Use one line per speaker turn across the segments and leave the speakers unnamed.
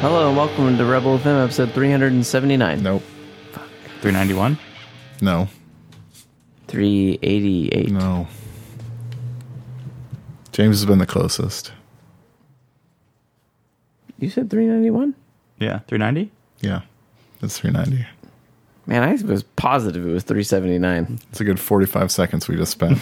Hello and welcome to Rebel FM episode 379.
Nope.
391?
No.
388.
No. James has been the closest.
You said 391?
Yeah. 390?
Yeah. It's 390.
Man, I was positive it was 379.
It's a good 45 seconds we just spent.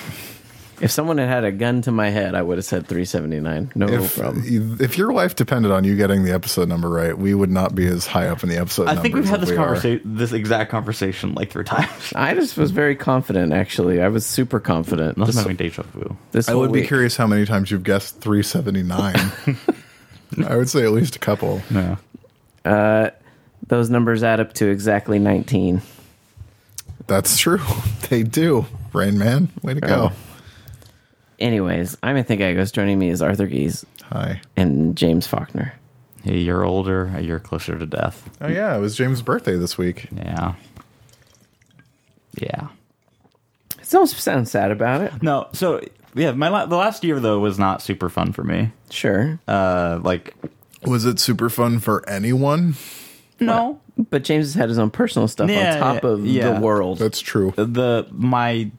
If someone had had a gun to my head, I would have said 379. No
if,
problem.
if your life depended on you getting the episode number right, we would not be as high up in the episode
I think we've
numbers as
had this
we are.
conversation, this exact conversation, like three times.
I just was very confident, actually. I was super confident.
Unless
This,
I'm having deja vu.
this
I
whole
would be
week.
curious how many times you've guessed 379. I would say at least a couple.
Yeah.
Those numbers add up to exactly 19.
That's true. They do. Rain Man, way to go.
Anyways, I'm Anthony Gagos. Joining me is Arthur Gies
Hi.
and James Faulkner.
Hey, you're older, a year closer to death.
Oh, yeah. It was James' birthday this week.
Yeah. Yeah.
Don't sound sad about it.
No, so, yeah, my la- the last year, though, was not super fun for me.
Sure.
Uh, like,
Was it super fun for anyone?
no.
But James has had his own personal stuff
Yeah,
on top of
yeah.
the world.
That's true.
The, my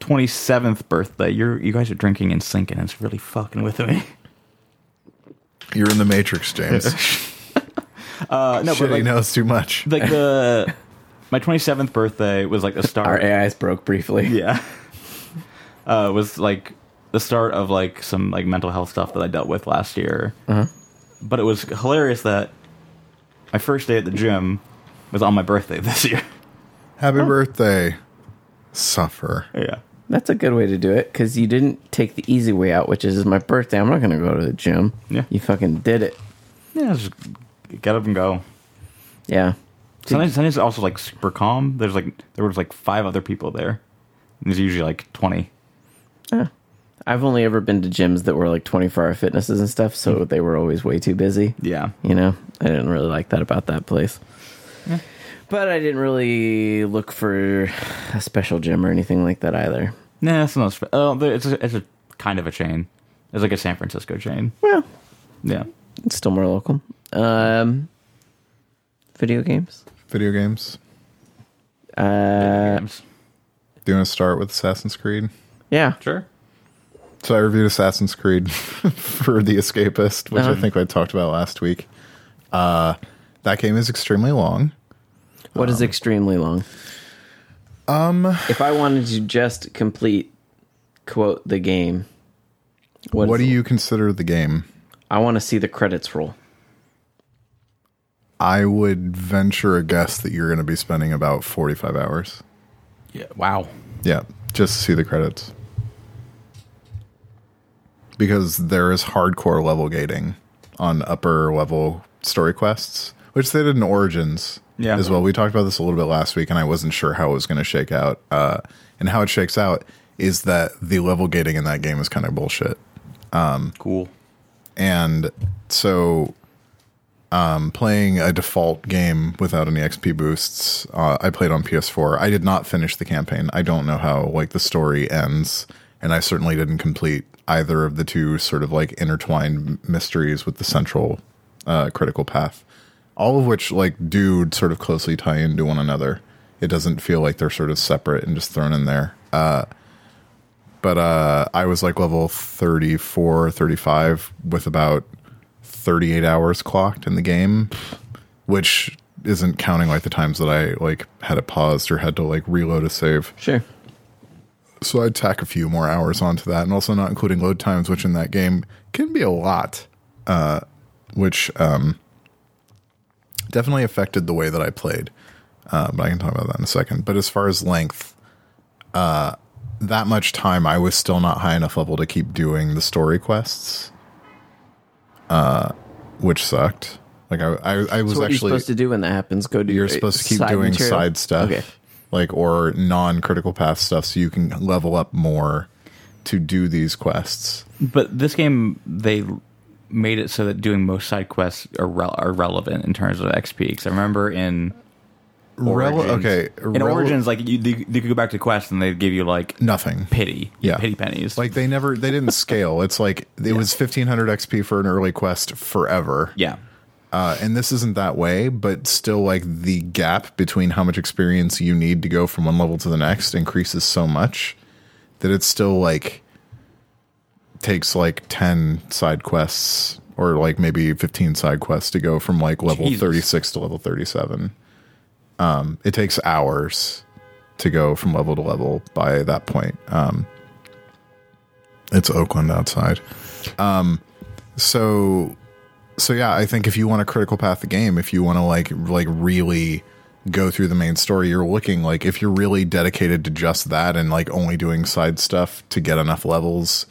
27th birthday, you're, you guys are drinking and sinking. It's really fucking with me.
You're in the Matrix, James.
Uh, no,
Shit,
but like,
he knows too much.
like the, my 27th birthday was like the start.
Our AIs broke briefly.
yeah uh was like the start of like some like mental health stuff that i dealt with last year but it was hilarious that my first day at the gym was on my birthday this year
Happy birthday. Suffer.
yeah
That's a good way to do it because you didn't take the easy way out, which is it's my birthday. I'm not going to go to the gym.
Yeah.
You fucking did it.
yeah just get up and go
Yeah.
sometimes, sometimes it's also like super calm there's like there was like five other people there And there's usually like 20
I've only ever been to gyms that were like 24 hour fitnesses and stuff,
Mm.
so they were always way too busy.
yeah
You know, I didn't really like that about that place. But I didn't really look for a special gym or anything like that either.
nah it's not sp- oh there- it's a, it's a kind of a chain it's like a san francisco chain
Well,
yeah
it's still more local. Um, video games.
Video games.
Uh,
Do you want to start with Assassin's Creed?
yeah.
sure
So I reviewed Assassin's Creed for The Escapist, which I think I talked about last week. Uh, that game is extremely long.
What is extremely long? Um, if I wanted to just complete quote the game,
What,
is
do
it?
you consider the game?
I want to see the credits roll.
I would venture a guess that you're going to be spending about 45 hours.
yeah wow
Yeah, just to see the credits. Because there is hardcore level gating on upper level story quests, which they did in Origins
Yeah.
as well. We talked about this a little bit last week, and I wasn't sure how it was going to shake out. Uh, and how it shakes out is that the level gating in that game is kind of bullshit.
cool
And so um, playing a default game without any XP boosts, uh, I played on PS4. I did not finish the campaign. I don't know how like the story ends, and I certainly didn't complete either of the two sort of like intertwined mysteries with the central uh, critical path. All of which like do sort of closely tie into one another. It doesn't feel like they're sort of separate and just thrown in there but uh, I was like level 34, 35 with about 38 hours clocked in the game, which isn't counting like the times that I like had it paused or had to like reload a save.
Sure.
So I'd tack a few more hours onto that and also not including load times, which in that game can be a lot, uh, which um, definitely affected the way that I played. Uh, but I can talk about that in a second. But as far as length, uh, that much time, I was still not high enough level to keep doing the story quests, uh, which sucked. Like I, I, I was
So what are you
actually
supposed to do when that happens? Go do
you're
uh,
supposed to keep doing
material?
side stuff
Okay.
like or non-critical path stuff so you can level up more to do these quests
But this game, they made it so that doing most side quests are, rel- are relevant in terms of XP. Because I remember in
Rel-
Origins,
okay
in
rel-
Origins, like you, you, you could go back to quests and they'd give you like
nothing
pity,
Yeah.
pity pennies.
like they never they didn't scale it's like it was 1500 xp for an early quest forever
yeah,
Uh, and this isn't that way, but still, like the gap between how much experience you need to go from one level to the next increases so much that it's still like takes like 10 side quests or like maybe 15 side quests to go from like level
Jesus.
36 to level 37 um it takes hours to go from level to level by that point um it's oakland outside um so so yeah i think if you want a critical path the game if you want to like like really go through the main story you're looking like if you're really dedicated to just that and like only doing side stuff to get enough levels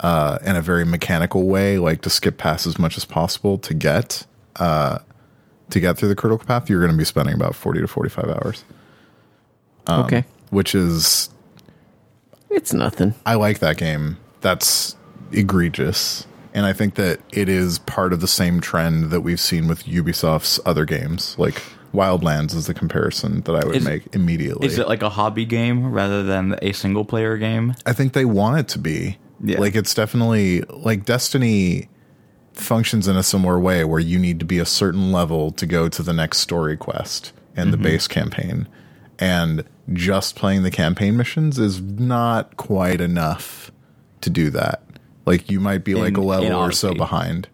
uh in a very mechanical way like to skip past as much as possible to get uh to get through the critical path you're going to be spending about 40 to 45 hours Um,
okay,
which is
it's nothing.
I like that game. That's egregious. And I think that it is part of the same trend that we've seen with Ubisoft's other games. Like Wildlands is the comparison that I would
Is-
make immediately.
Is it like a hobby game rather than a single player game?
I think they want it to be.
Yeah.
Like it's definitely like Destiny functions in a similar way where you need to be a certain level to go to the next story quest and
Mm-hmm.
the base campaign. And just playing the campaign missions is not quite enough to do that. Like you might be like
In-
a
in
level or so
Odyssey.
behind.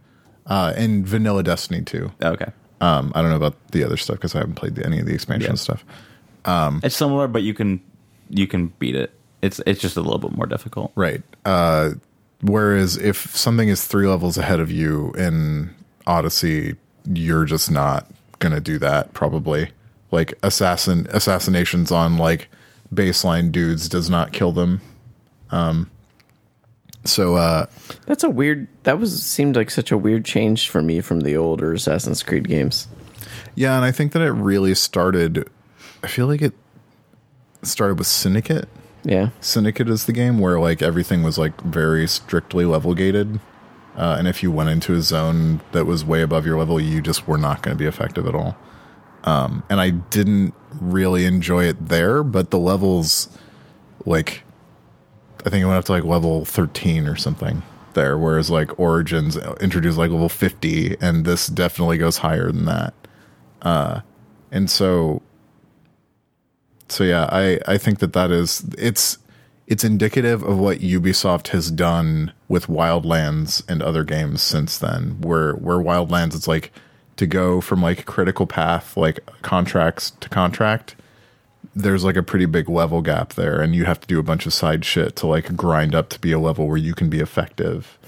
Uh, and vanilla Destiny too.
Okay.
Um, I don't know about the other stuff because I haven't played the, any of the expansion
Yeah.
stuff.
It's similar, but you can you can beat it. It's it's just a little bit more difficult.
Right. Uh, whereas if something is three levels ahead of you in Odyssey, you're just not gonna do that probably. Like assassin assassinations on like baseline dudes does not kill them. Um, so uh,
That's a weird. That was seemed like such a weird change for me from the older Assassin's Creed games.
yeah, and I think that it really started. I feel like it started with Syndicate.
Yeah,
Syndicate is the game where like everything was like very strictly level gated, uh, and if you went into a zone that was way above your level, you just were not going to be effective at all. Um, and I didn't really enjoy it there, but the levels, like, I think I went up to like level thirteen or something there, whereas like Origins introduced like level fifty, and this definitely goes higher than that. Uh, and so so yeah i i think that that is it's it's indicative of what ubisoft has done with wildlands and other games since then where where wildlands it's like to go from like critical path like contracts to contract there's like a pretty big level gap there and you have to do a bunch of side shit to like grind up to be a level where you can be effective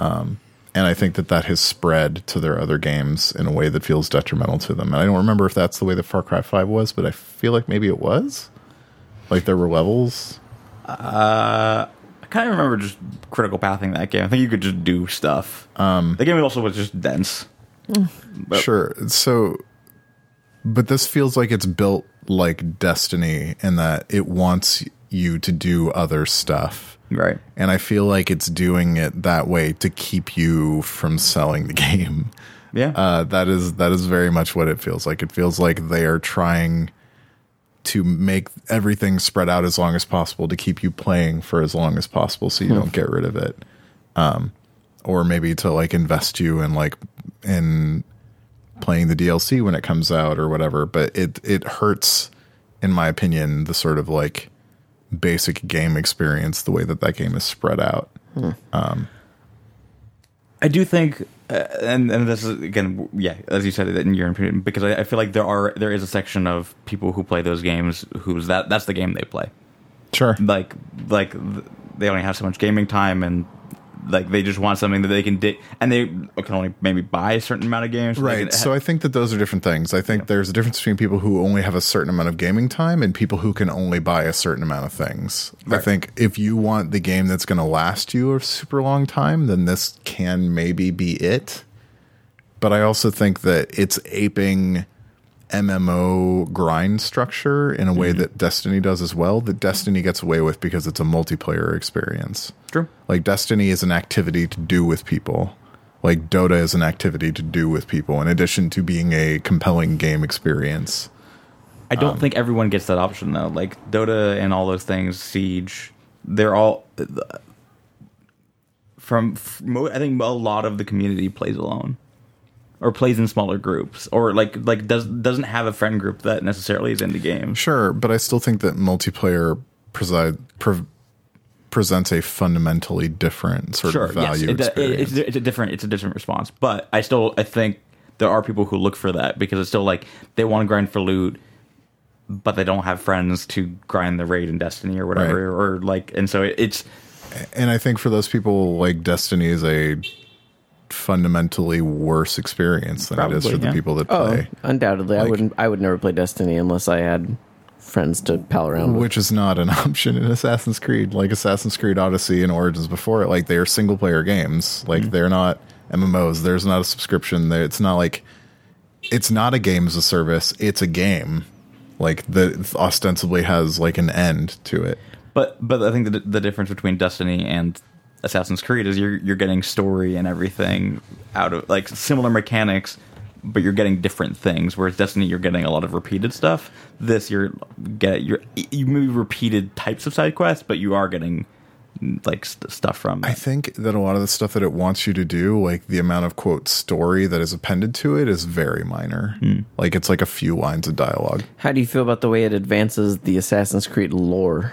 um and I think that that has spread to their other games in a way that feels detrimental to them. And I don't remember if that's the way that Far Cry 5 was, but I feel like maybe it was. Like there were levels.
I kind of remember just critical pathing that game. I think you could just do stuff. Um, the game also was just dense. But-
Sure. So, but this feels like it's built like Destiny in that it wants you to do other stuff.
Right.
And I feel like it's doing it that way to keep you from selling the game.
Yeah.
Uh, that is that is very much what it feels like. It feels like they are trying to make everything spread out as long as possible to keep you playing for as long as possible, so you don't get rid of it, um, or maybe to like invest you in like in playing the DLC when it comes out or whatever. But it it hurts, in my opinion, the sort of like basic game experience the way that that game is spread out.
I do think, uh, and and this is again, yeah, as you said, in your opinion, because I, I feel like there are there is a section of people who play those games who's that that's the game they play.
Sure.
Like like th- they only have so much gaming time and. Like they just want something that they can di- and they can only maybe buy a certain amount of games.
Right. so I think that those are different things. I think there's a difference between people who only have a certain amount of gaming time and people who can only buy a certain amount of things. I
Right.
think if you want the game that's going to last you a super long time, then this can maybe be it. But I also think that it's aping MMO grind structure in a way that Destiny does as well, that Destiny gets away with because it's a multiplayer experience
true.
like destiny is an activity to do with people like dota is an activity to do with people in addition to being a compelling game experience
I don't
Um,
think everyone gets that option though. Like Dota and all those things, Siege, they're all uh, from. f- mo- I think a lot of the community plays alone. or plays in smaller groups or like like does doesn't have a friend group that necessarily is in the game.
Sure, but I still think that multiplayer preside, pre- presents a fundamentally different sort
Sure,
of
yes,
value
it- it-
experience.
it's, it's a different it's a different response, but I still I think there are people who look for that because it's still like they want to grind for loot, but they don't have friends to grind the raid in Destiny or whatever or like and so it, it's
and I think for those people, like Destiny is a fundamentally worse experience than it is
Probably,
for the
yeah.
people that
Oh,
play,
undoubtedly, I
Like-
wouldn't. I would never play Destiny unless I had friends to pal around with.
which is not an option in Assassin's Creed. Like Assassin's Creed Odyssey and Origins before it, like they are single player games. Like they're not MMOs. There's not a subscription. There, it's not like it's not a game as a service. It's a game. Like that ostensibly has like an end to it.
But but I think the, the difference between Destiny and Assassin's Creed is you're you're getting story and everything out of like similar mechanics, but you're getting different things. Whereas Destiny, you're getting a lot of repeated stuff. This you're get you're you maybe repeated types of side quests, but you are getting like st- stuff from.
I think that a lot of the stuff that it wants you to do, like the amount of quote story that is appended to it, is very minor. Like it's like a few lines of dialogue.
How do you feel about the way it advances the Assassin's Creed lore?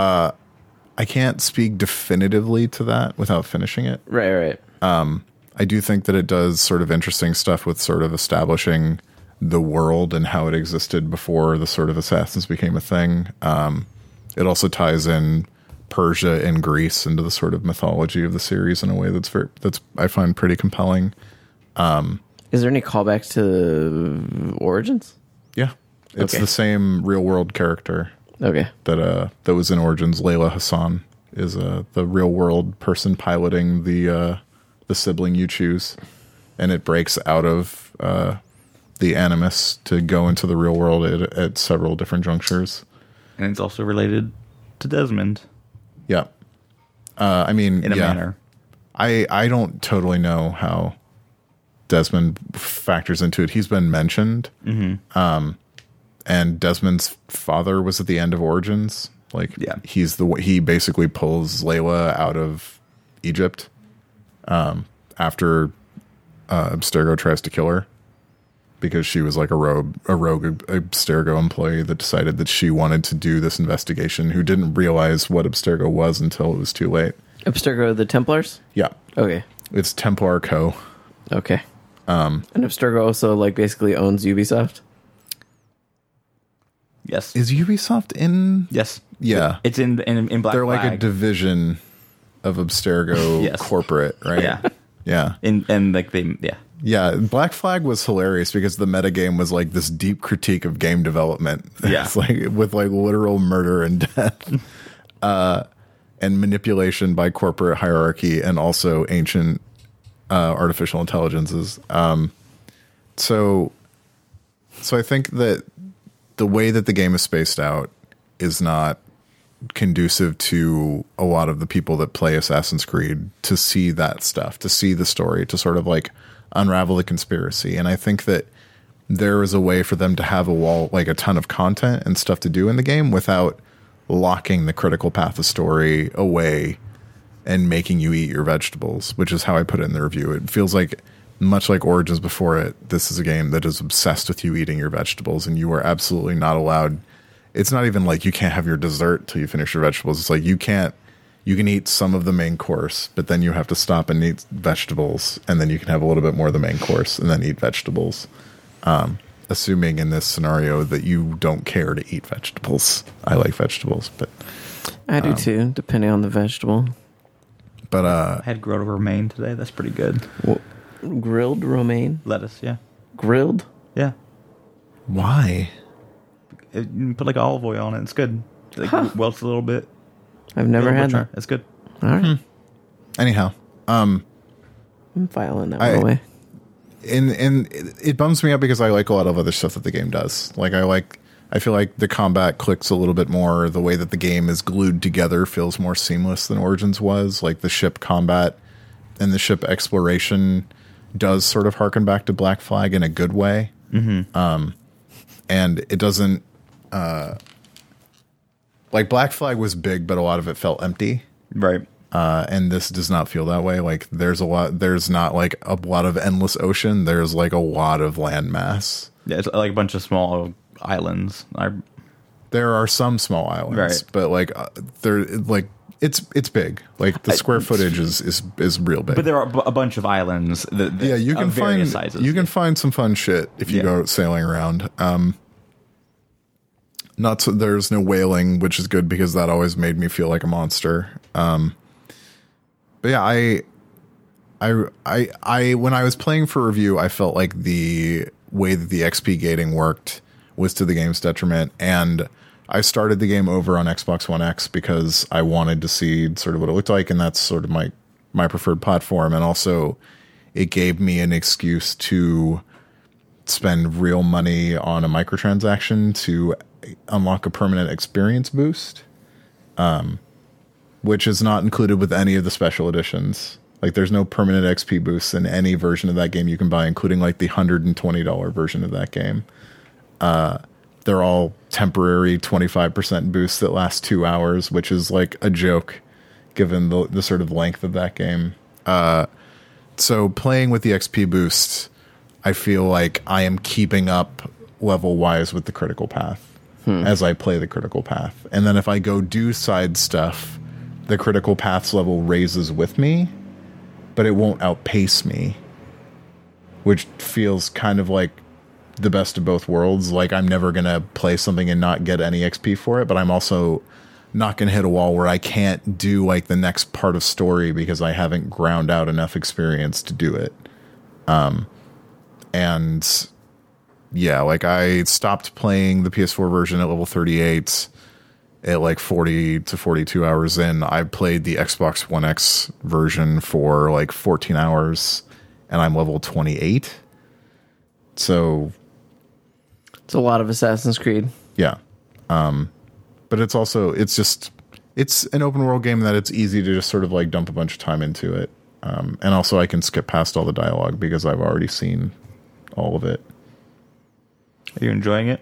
I can't speak definitively to that without finishing it.
Right, right.
I do think that it does sort of interesting stuff with sort of establishing the world and how it existed before the sort of assassins became a thing. Um, it also ties in Persia and Greece into the sort of mythology of the series in a way that's very, that's I find pretty compelling.
Is there any callbacks to Origins?
Yeah, it's
Okay.
the same real world character.
Okay.
that uh that was in Origins. Layla Hassan is uh the real world person piloting the uh the sibling you choose, and it breaks out of uh the animus to go into the real world at, at several different junctures.
and it's also related to Desmond
Yeah, uh, I mean,
in a
yeah,
manner.
I I don't totally know how Desmond factors into it. He's been mentioned, um, and Desmond's father was at the end of Origins. Like,
Yeah.
he's the he basically pulls Layla out of Egypt um, after uh, Abstergo tries to kill her because she was like a rogue a rogue Abstergo employee that decided that she wanted to do this investigation who didn't realize what Abstergo was until it was too late.
Abstergo the Templars?
Yeah.
Okay.
It's Templar Co.
Okay. Um and Abstergo also like basically owns Ubisoft.
Yes.
Is Ubisoft in?
Yes.
Yeah.
It's in in, in Black
They're like a
Flag.
division of Abstergo
Yes.
corporate, right?
Yeah.
Yeah.
in and like they yeah.
Yeah. Black Flag was hilarious because the metagame was like this deep critique of game development.
Yeah.
it's like with like literal murder and death. Uh and manipulation by corporate hierarchy and also ancient uh, artificial intelligences. Um, so, so I think that the way that the game is spaced out is not conducive to a lot of the people that play Assassin's Creed to see that stuff, to see the story, to sort of like unravel the conspiracy. And I think that there is a way for them to have a wall, like a ton of content and stuff to do in the game without locking the critical path of story away and making you eat your vegetables, which is how I put it in the review. It feels like much like Origins before it, this is a game that is obsessed with you eating your vegetables, and you are absolutely not allowed. It's not even like you can't have your dessert till you finish your vegetables. It's like you can't. You can eat some of the main course, but then you have to stop and eat vegetables, and then you can have a little bit more of the main course, and then eat vegetables. Um, assuming in this scenario that you don't care to eat vegetables. I like vegetables, but
I
Um,
do too, depending on the vegetable.
but uh,
I had grilled romaine today. That's pretty good.
Grilled romaine?
Lettuce, yeah.
Grilled?
Yeah.
why?
It, you put like olive oil on it. It's good. Like welts a little bit.
I've never
Little
had
bit
that.
try. It's good.
All right.
Hmm. Anyhow,
I'm filing that
I-
one away.
and and it, it bums me up because I like a lot of other stuff that the game does. Like I like I feel like the combat clicks a little bit more. The way that the game is glued together feels more seamless than Origins was. Like the ship combat and the ship exploration does sort of harken back to Black Flag in a good way. Um, and it doesn't uh, like Black Flag was big, but a lot of it felt empty
Right.
Uh, and this does not feel that way. Like there's a lot. There's not like a lot of endless ocean. There's like a lot of landmass.
Yeah, it's like a bunch of small islands. I,
There are some small islands,
Right.
but like uh, there, like it's it's big. Like the square footage is is is real big.
but there are bu- a bunch of islands. That, that
yeah, you can
of
find
various sizes.
you can find some fun shit if you
Yeah.
go sailing around. Um, not so there's no whaling, which is good because that always made me feel like a monster. Um, but yeah, I, I, I, I, when I was playing for review, I felt like the way that the XP gating worked was to the game's detriment, and I started the game over on Xbox One X because I wanted to see sort of what it looked like, and that's sort of my my preferred platform, and also it gave me an excuse to spend real money on a microtransaction to unlock a permanent experience boost, um, which is not included with any of the special editions. Like, there's no permanent XP boosts in any version of that game you can buy, including like the $120 version of that game. Uh, they're all temporary 25% boosts that last two hours, which is like a joke given the, the sort of length of that game Uh, so playing with the XP boost, I feel like I am keeping up level wise with the critical path as I play the critical path. And then if I go do side stuff, the critical paths level raises with me, but it won't outpace me, which feels kind of like the best of both worlds. Like I'm never going to play something and not get any XP for it, but I'm also not going to hit a wall where I can't do like the next part of story because I haven't ground out enough experience to do it. Um, and yeah, like I stopped playing the PS4 version at level 38 at like 40 to 42 hours in. I played the Xbox One X version for like 14 hours and I'm level 28. So
It's a lot of Assassin's Creed.
yeah. Um, but it's also it's just it's an open world game that it's easy to just sort of like dump a bunch of time into it. Um, and also I can skip past all the dialogue because I've already seen all of it.
Are you enjoying it?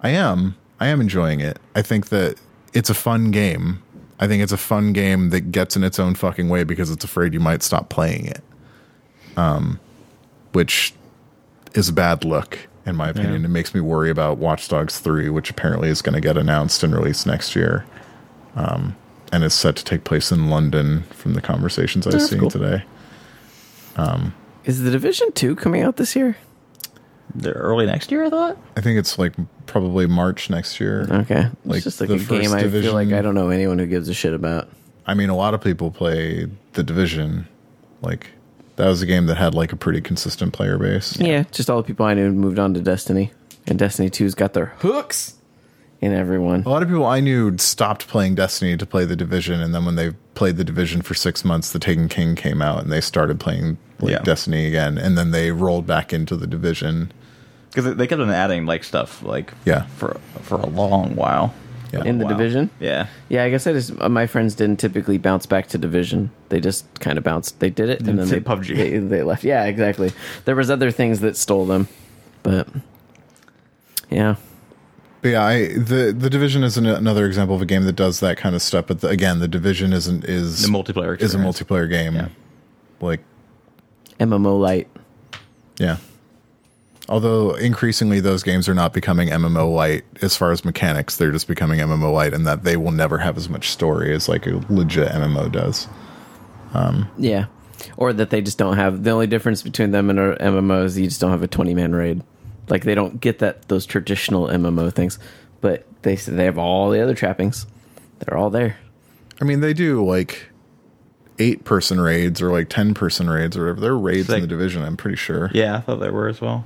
I am. I am enjoying it. I think that it's a fun game. I think it's a fun game that gets in its own fucking way because it's afraid you might stop playing it. Um, which is a bad look in my opinion. It makes me worry about Watch Dogs 3, which apparently is going to get announced and released next year. Um, and is set to take place in London from the conversations I've
That's
seen
cool.
today.
Is the Division Two coming out this year?
They're early next year, I thought.
I think it's like probably March next year.
Okay,
Like
it's just like
the
a game.
first
I feel like
Division-
I don't know anyone who gives a shit about.
I mean, a lot of people play The Division. Like, that was a game that had like a pretty consistent player base.
Yeah, just all the people I knew moved on to Destiny, and Destiny 2's got their hooks in everyone.
A lot of people I knew stopped playing Destiny to play The Division, and then when they played The Division for six months, The Taken King came out, and they started playing like,
Yeah.
Destiny again, and then they rolled back into The Division.
Because they kept on adding like stuff like
Yeah.
for for a long while.
Yeah.
In the
Wow.
division?
Yeah.
Yeah, I guess I just uh, my friends didn't typically bounce back to division. They just kind of bounced. They did it and then
say
they
PUBG.
They, they left. Yeah, exactly. There was other things that stole them, but yeah,
But yeah, I, the the division is an, another example of a game that does that kind of stuff. But the, again, the division isn't is
The multiplayer
is a
experience.
multiplayer game.
Yeah.
Like
MMO light.
Yeah. Although increasingly those games are not becoming MMO light as far as mechanics, they're just becoming MMO light, and that they will never have as much story as like a legit MMO does.
Yeah, or that they just don't have. The only difference between them and our MMO is you just don't have a twenty man raid. Like they don't get that those traditional MMO things, but they s- they have all the other trappings. They're all there.
I mean, they do like eight person raids or like ten person raids or whatever. They're raids in
like-
the division, I'm pretty sure.
Yeah, I thought they were as well.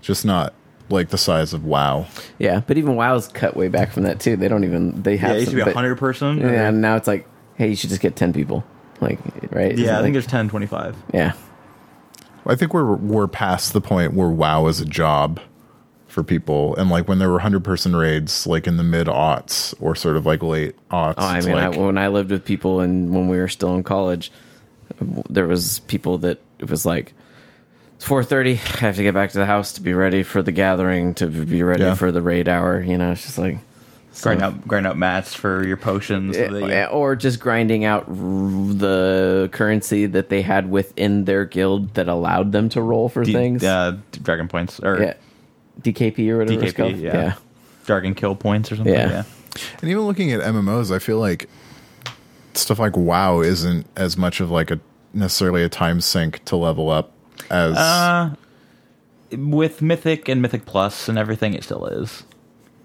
Just not like the size of WoW.
Yeah, but even WoW's cut way back from that too. They don't even they
Yeah,
have
it used to be
some-
a
but-
hundred person. or-
Yeah, and now it's like, hey, you should just get ten people, like right? Isn't
Yeah, I
it
think
like-
there's 10, 25.
yeah,
I think we're we're past the point where WoW is a job for people, and like when there were hundred person raids, like in the mid aughts or sort of like late aughts.
Oh, I
it's
mean, I,
like,
when I lived with people and when we were still in college, there was people that it was like it's four thirty. I have to get back to the house to be ready for the gathering, to be ready
Yeah.
for the raid hour. You know, it's just like
grind out grind out mats for uh, your potions. so that you-
Yeah, or just grinding out r- the currency that they had within their guild that allowed them to roll for
D-
things.
uh, dragon points or
yeah, DKP or whatever. it's
DKP,
called.
yeah. dragon kill points or something.
Yeah.
Yeah.
And even looking at MMOs, I feel like stuff like WoW isn't as much of like a necessarily a time sink to level up as
Uh. with Mythic and Mythic Plus and everything, it still is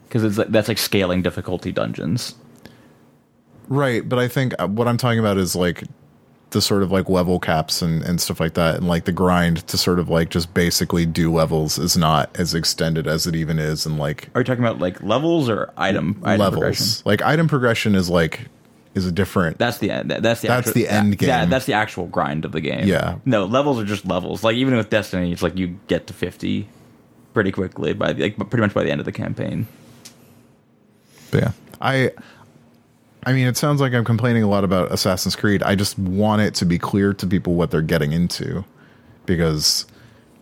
because it's like, that's like scaling difficulty dungeons.
right. But I think uh, what I'm talking about is like the sort of like level caps and and stuff like that, and like the grind to sort of like just basically do levels is not as extended as it even is, and like
Are you talking about like levels or item, item progression?
levels. Like item progression is like is a different.
That's the that- that's the
That's
actual,
the end
that-
game.
that's the actual grind of the game.
Yeah.
No levels are just levels. Like even with Destiny, it's like you get to fifty pretty quickly by the, like pretty much by the end of the campaign.
But yeah, I. I mean, it sounds like I'm complaining a lot about Assassin's Creed. I just want it to be clear to people what they're getting into, because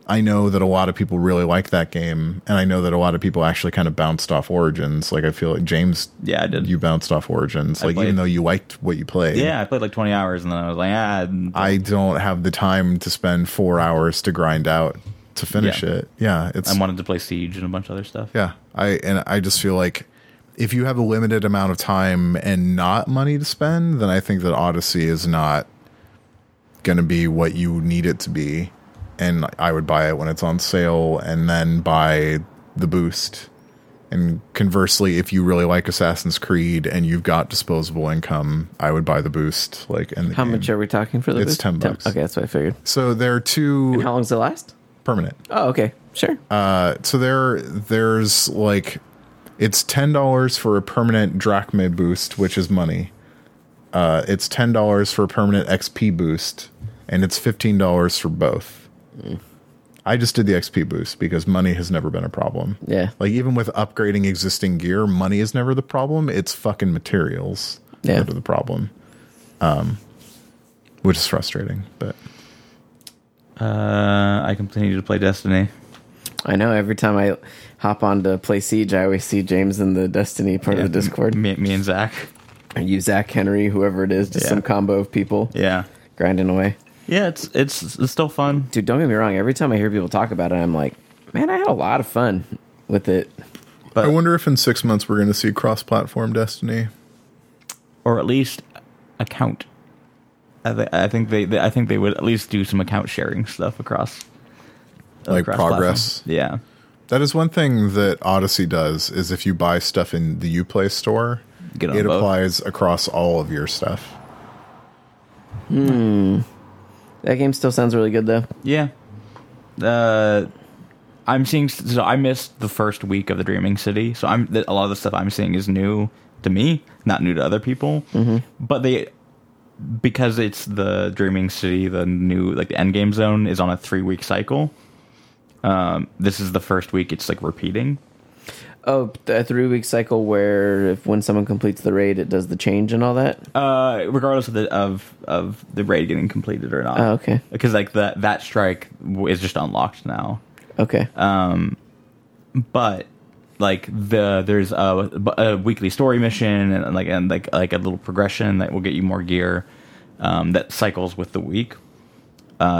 I know that a lot of people really like that game, and I know that a lot of people actually kind of bounced off Origins. Like I feel like James,
Yeah, I did.
you bounced off Origins, like even
played-
though you liked what you played.
yeah, I played like twenty hours and then I was like, ah, n-
I don't have the time to spend four hours to grind out to finish
Yeah.
it. Yeah, it's
I wanted to play Siege and a bunch of other stuff.
yeah, I and I just feel like if you have a limited amount of time and not money to spend, then I think that Odyssey is not going to be what you need it to be. And I would buy it when it's on sale and then buy the boost. And conversely, if you really like Assassin's Creed and you've got disposable income, I would buy the boost. Like, and the
How
game.
much are we talking for the
It's
booth?
10 bucks.
Okay, that's what I figured.
So there are two
How long does it last?
permanent.
Oh, okay, sure.
Uh, so there there's like it's ten dollars for a permanent drachma boost, which is money. Uh, it's ten dollars for a permanent XP boost, and it's fifteen dollars for both. I just did the XP boost because money has never been a problem.
Yeah.
Like even with upgrading existing gear, money is never the problem. It's fucking materials
Yeah.
that are the problem. Um, which is frustrating, but
Uh, I continue to play Destiny.
I know. Every time I hop on to play Siege, I always see James in the Destiny part of the Discord.
Me, me and Zach.
And you, Zach Henry, whoever it is, just
Yeah.
some combo of people
Yeah,
grinding away.
yeah. It's it's it's still fun.
Dude, don't get me wrong. Every time I hear people talk about it, I'm like, man, I had a lot of fun with it.
I wonder if in six months we're going to see cross-platform Destiny.
or at least account. I, th- I think they, they, I think they would at least do some account sharing stuff across,
Like
across
progress?
platform. Yeah,
That is one thing that Odyssey does is if you buy stuff in the Uplay store,
Get on
it
both.
applies across all of your stuff.
That game still sounds really good, though.
yeah. Uh, I'm seeing. s- So I missed the first week of the Dreaming City. So I'm th- a lot of the stuff I'm seeing is new to me, not new to other people.
Mm-hmm.
But they, because it's the Dreaming City, the new like the end game zone is on a three week cycle. Um, this is the first week. It's like repeating.
Oh, a three week cycle where if when someone completes the raid, it does the change and all that.
Uh, regardless of the of of the raid getting completed or not.
Oh, okay.
Because like that that strike w- is just unlocked now,
Okay.
uh, but like the there's a, a weekly story mission and like and like like a little progression that will get you more gear um, that cycles with the week. Uh,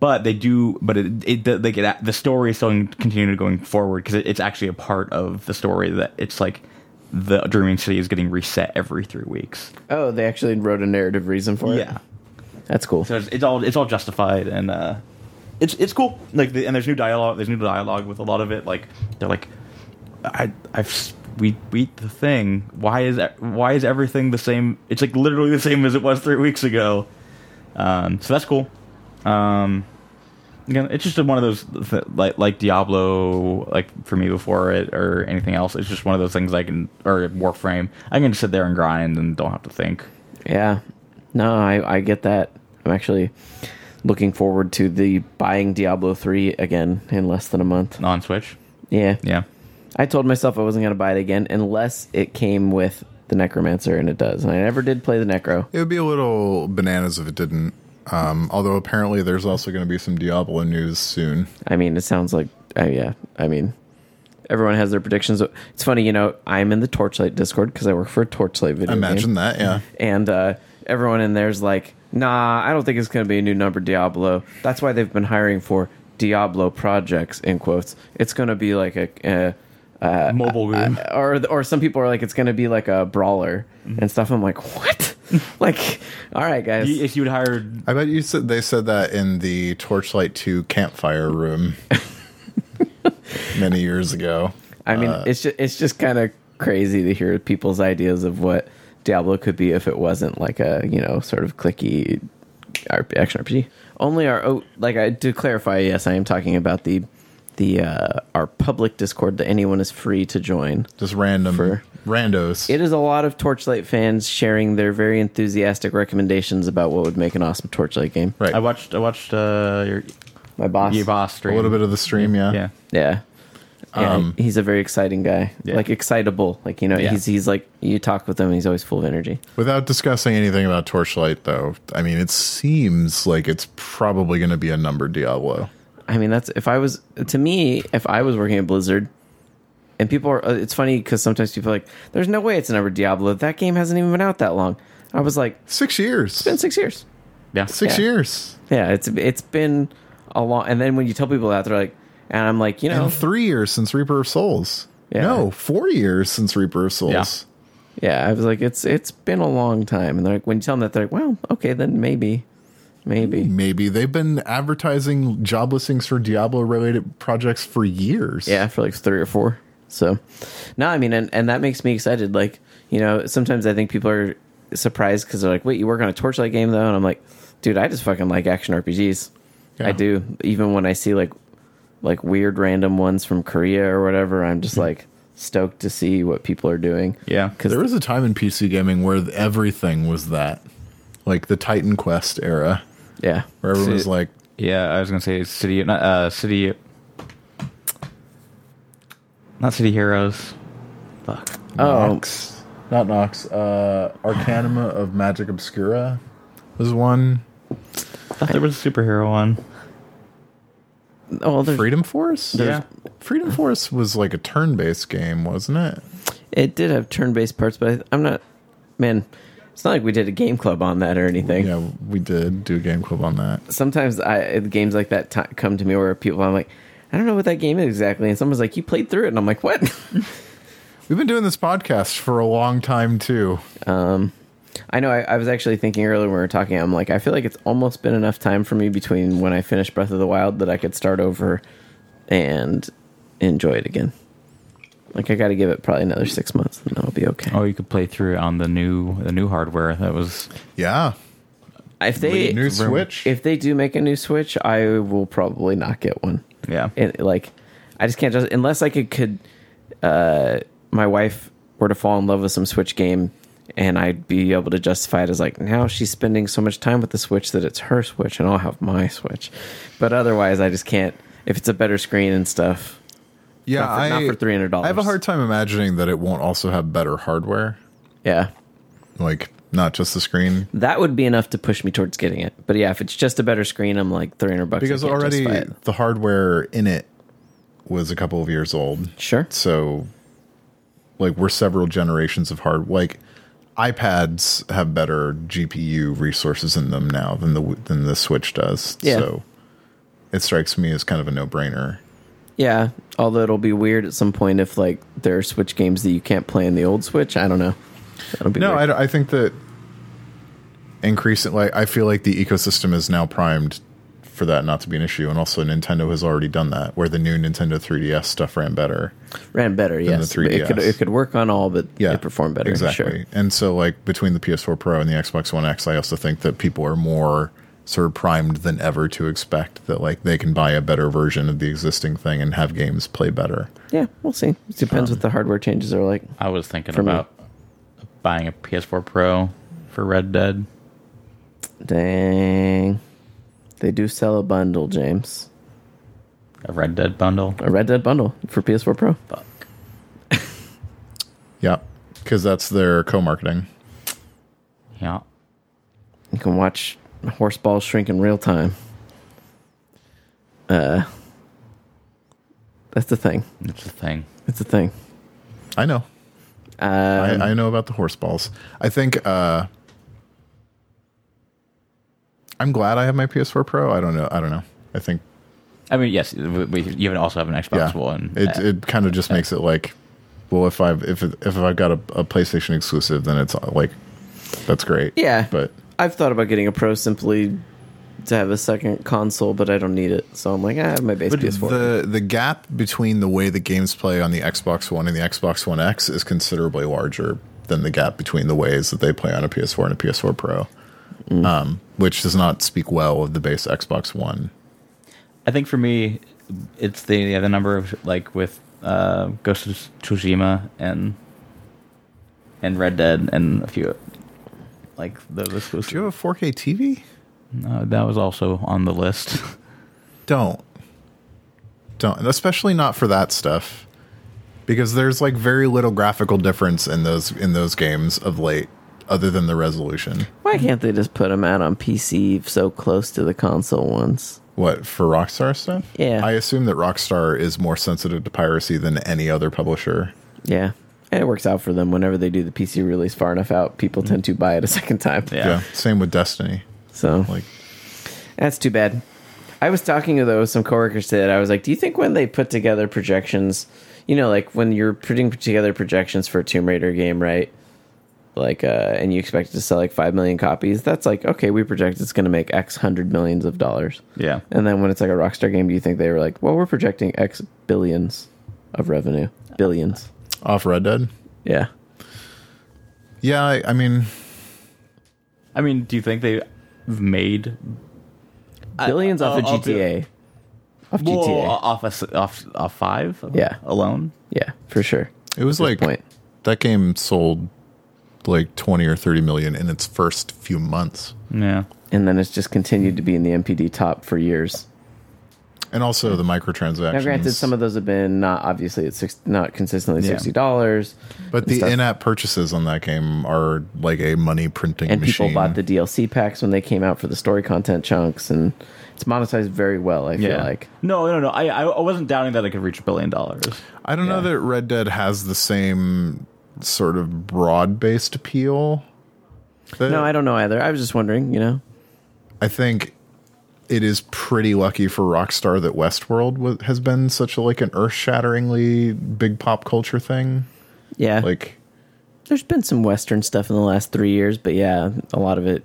but they do, but it, it the, like it, the story is still continuing going forward because it, it's actually a part of the story that it's like the Dreaming City is getting reset every three weeks.
oh, they actually wrote a narrative reason for it. That's cool.
So it's, it's all it's all justified and uh, it's it's cool. Like the, and there's new dialogue. There's new dialogue with a lot of it. Like they're like, I I've s- we beat the thing. Why is e- why is everything the same? It's like literally the same as it was three weeks ago. Um, so that's cool. Um, again, it's just one of those th- like like Diablo. Like for me before it or anything else, it's just one of those things I can or Warframe. I can just sit there and grind and don't have to think.
Yeah. No, I, I get that. I'm actually looking forward to the buying Diablo 3 again in less than a month.
on Switch.
Yeah.
Yeah.
I told myself I wasn't going to buy it again unless it came with the Necromancer, and it does. And I never did play the Necro.
It would be a little bananas if it didn't. Um, although apparently there's also going to be some Diablo news soon.
I mean, it sounds like, uh, yeah, I mean, everyone has their predictions. It's funny, you know, I'm in the Torchlight Discord because I work for a Torchlight video game.
Imagine that, yeah.
and uh, everyone in there's like, "Nah, I don't think it's going to be a new number Diablo." That's why they've been hiring for Diablo projects in quotes. It's going to be like a, a
Mobile game.
or or some people are like, "It's going to be like a brawler and stuff." I'm like, "What?" like, all right, guys.
You- if you would hire
I bet you said they said that in the Torchlight 2 campfire room many years ago.
I mean, it's just it's just kind of crazy to hear people's ideas of what Diablo could be if it wasn't like a you know sort of clicky RP, action RPG. Only our oh, like I to clarify, yes, I am talking about the the uh, our public Discord that anyone is free to join.
Just random
For-
randos.
It is a lot of Torchlight fans sharing their very enthusiastic recommendations about what would make an awesome Torchlight game.
right.
I watched I watched uh, your
My boss,
your boss
a
stream.
little bit of the stream, yeah.
yeah.
Yeah. Yeah,
Um,
he's a very exciting guy,
Yeah.
like excitable. Like you know,
Yeah.
he's he's like you talk with him, he's always full of energy.
Without discussing anything about Torchlight, though, I mean, it seems like it's probably going to be a numbered Diablo.
I mean, that's if I was to me, if I was working at Blizzard, and people are. uh, It's funny because sometimes people are like, "There's no way it's another Diablo. That game hasn't even been out that long." I was like, "It's
Six years.
been six years.
Yeah.
Six
yeah.
years.
Yeah, it's it's been a long." And then when you tell people that, they're like, "And I'm like, you know,
And three years since Reaper of Souls.
Oh. Yeah.
No, four years since Reaper of Souls.
Yeah.
yeah." I was like, "It's it's been a long time." And they're like, when you tell them that, they're like, "Well, okay, then maybe, maybe."
Maybe they've been advertising job listings for Diablo related projects for years.
Yeah, for like three or four. So, no, I mean, and, and that makes me excited. Like, you know, sometimes I think people are surprised because they're like, wait, you work on a Torchlight game, though? And I'm like, dude, I just fucking like action RPGs.
Yeah.
I do. Even when I see like, like weird random ones from Korea or whatever, I'm
Hmm.
just like stoked to see what people are doing.
Yeah.
Because
There was a time in PC gaming where th- everything was that, like the Titan Quest era,
yeah,
where everyone was
See-
like,
Yeah, I was gonna say city, not uh, city, not city heroes. Fuck.
Oh.
Nox, not Nox, uh, Arcanima of Magic Obscura was one.
I thought there was a superhero one.
oh, well, there's,
Freedom Force?
Yeah.
Freedom Force was like a turn based game, wasn't it?
it did have turn based parts, but I, I'm not. Man, it's not like we did a game club on that or anything.
Yeah, we did do a game club on that.
sometimes I games like that ti come to me where people I'm like, I don't know what that game is exactly, and someone's like, you played through it, and I'm like, what?
We've been doing this podcast for a long time too.
Um, I know. I, I was actually thinking earlier when we were talking. I'm like, I feel like it's almost been enough time for me between when I finished Breath of the Wild that I could start over and enjoy it again. Like I got to give it probably another six months, and I'll be okay.
Oh, you could play through it on the new the new hardware that was.
Yeah.
If they
New Switch.
if they do make a new Switch, I will probably not get one.
Yeah.
it, like I just can't just unless I could could uh, my wife were to fall in love with some Switch game and I'd be able to justify it as like now she's spending so much time with the Switch that it's her Switch and I'll have my Switch, but otherwise I just can't if it's a better screen and stuff.
yeah,
not for-
I,
not for $300.
I have a hard time imagining that it won't also have better hardware,
Yeah,
like not just the screen.
that would be enough to push me towards getting it. But yeah, if it's just a better screen, I'm like three hundred bucks. I
Because
can't
already
justify it.
the hardware in it was a couple of years old.
sure.
So like we're several generations of hard like iPads have better GPU resources in them now than the than the Switch does.
Yeah.
So it strikes me as kind of a no-brainer.
Yeah, although it'll be weird at some point if like there are Switch games that you can't play in the old Switch. I don't know. That'll be
No,
weird.
I, don't- I think that increasingly, I feel like the ecosystem is now primed for that not to be an issue. And also, Nintendo has already done that, where the new Nintendo 3DS stuff ran better.
ran better. Yes,
the
it could
3DS.
it could work on all, but
Yeah,
it performed better.
Exactly.
Sure.
And so, like between the PS4 Pro and the Xbox One X, I also think that people are more sort of primed than ever to expect that like they can buy a better version of the existing thing and have games play better.
Yeah, we'll see. It depends what the hardware changes are like.
I was thinking
me.
about buying a PS4 Pro for Red Dead.
Dang, they do sell a bundle, James.
A Red Dead bundle.
A Red Dead bundle for PS4 Pro.
Fuck.
Yeah, because that's their co-marketing.
Yeah.
You can watch horse balls shrink in real time. Uh, That's the thing.
It's a thing.
It's the thing.
I know.
Uh,
I, I know about the horse balls. I think uh, I'm glad I have my PS4 Pro. I don't know. I don't know. I think
I mean, yes, we, we, you even also have an
yeah.
Xbox One. Uh,
It it kind of just makes it like, well, if I've if it, if I've got a, a PlayStation exclusive, then it's uh, like, that's great.
yeah,
But
I've thought about getting a Pro simply to have a second console, but I don't need it. So I'm like, "Ah, I have my base
But
PS4.
the the gap between the way the games play on the Xbox One and the Xbox One X is considerably larger than the gap between the ways that they play on a PS4 and a PS4 Pro, um, which does not speak well of the base Xbox One.
I think for me, it's the yeah, the number of like with uh, Ghost of Tsushima and and Red Dead and a few like those exclusive.
Do you have a 4K TV?
No, that was also on the list.
Don't, don't, and especially not for that stuff, because there's like very little graphical difference in those in those games of late, other than the resolution.
Why can't they just put them out on PC so close to the console ones?
What for Rockstar stuff?
Yeah.
I assume that Rockstar is more sensitive to piracy than any other publisher.
Yeah. And it works out for them whenever they do the PC release far enough out, people tend to buy it a second time.
Yeah.
Yeah. Same with Destiny.
So
Like,
that's too bad. I was talking to those some coworkers today. and I was like, "Do you think when they put together projections, you know, like when you're putting together projections for a Tomb Raider game, right? Like, uh, and you expect it to sell like five million copies? That's like, okay, we project it's going to make X hundred millions of dollars.
yeah,
And then when it's like a Rockstar game, do you think they were like, well, we're projecting X billions of revenue, billions?
off Red Dead.
Yeah,
Yeah, I, I mean,
I mean, do you think they've made
billions off of
I'll- I'll do-
GTA. off
well,
GTA.
off a s off off five?
Yeah.
alone.
yeah, for sure.
it was like
Point.
that game sold like 20 or 30 million in its first few months.
Yeah,
And then it's just continued to be in the MPD top for years.
And also the microtransactions.
Now, granted, some of those have been not obviously at six, not consistently
Yeah.
sixty dollars,
but the
stuff.
in-app purchases on that game are like a money printing
and
machine.
people bought the DLC packs when they came out for the story content chunks, and it's monetized very well. I feel
yeah.
like
no, no, no. I I I wasn't doubting that it could reach a billion dollars.
I don't know that Red Dead has the same sort of broad-based appeal. that-
no, I don't know either. I was just wondering, you know,
I think it is pretty lucky for Rockstar that Westworld was, has been such a like an earth-shatteringly big pop culture thing.
yeah,
Like
There's been some Western stuff in the last three years, but yeah, a lot of it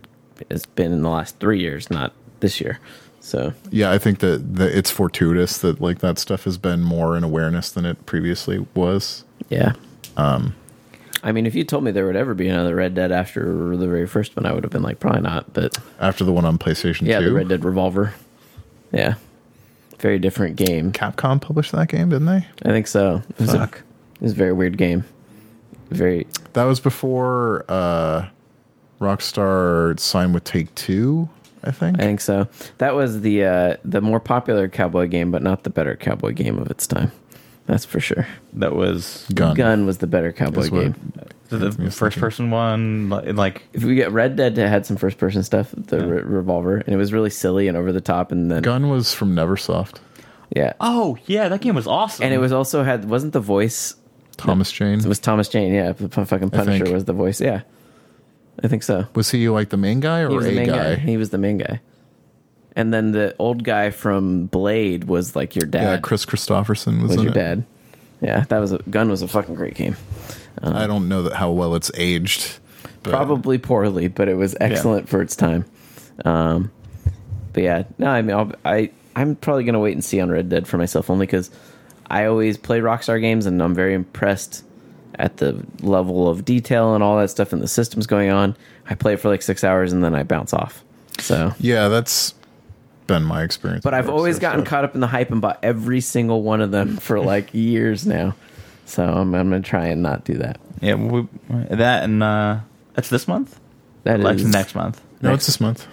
has been in the last three years, not this year. So
yeah, I think that, that it's fortuitous that like that stuff has been more in awareness than it previously was.
yeah. Um, I mean, if you told me there would ever be another Red Dead after the very first one, I would have been like, probably not. But
After the one on PlayStation
yeah,
2.
the Red Dead Revolver. Yeah, very different game.
Capcom published that game, didn't they?
I think so. It was, a,
Fuck.
it was a very weird game. Very
That was before uh Rockstar signed with Take Two, I think.
I think so. That was the uh, the more popular cowboy game, but not the better cowboy game of its time. That's for sure.
That was
Gun.
Gun was the better cowboy
what-
game.
the, the first person one. li- Like
if we get Red Dead had some first person stuff, the re- revolver, and it was really silly and over the top, and then
Gun was from Neversoft.
yeah,
Oh yeah, that game was awesome.
and it was also had wasn't the voice
Thomas Jane.
it was Thomas Jane, yeah, the pu- fucking Punisher
think.
was the voice, yeah, I think so.
Was he like the main guy
He
or
was
a
the main guy.
guy?
He was the main guy, and then the old guy from Blade was like your dad.
Yeah, Chris Christopherson was,
was
in
your
it.
dad? Yeah, that was a gun was a fucking great game.
I don't know that how well it's aged. but-
probably poorly, but it was excellent for its time. Um, but yeah, no, I mean, I'll, I I'm probably gonna wait and see on Red Dead for myself only because I always play Rockstar games and I'm very impressed at the level of detail and all that stuff and the systems going on. I play it for like six hours and then I bounce off. So,
Yeah, that's been my experience.
but
with
I've always
Rockstar
gotten
stuff.
caught up in the hype and bought every single one of them for like years now. So I'm, I'm gonna try and not do that.
yeah, we, that and uh, that's this month.
That is
Like next month.
No, it's this month,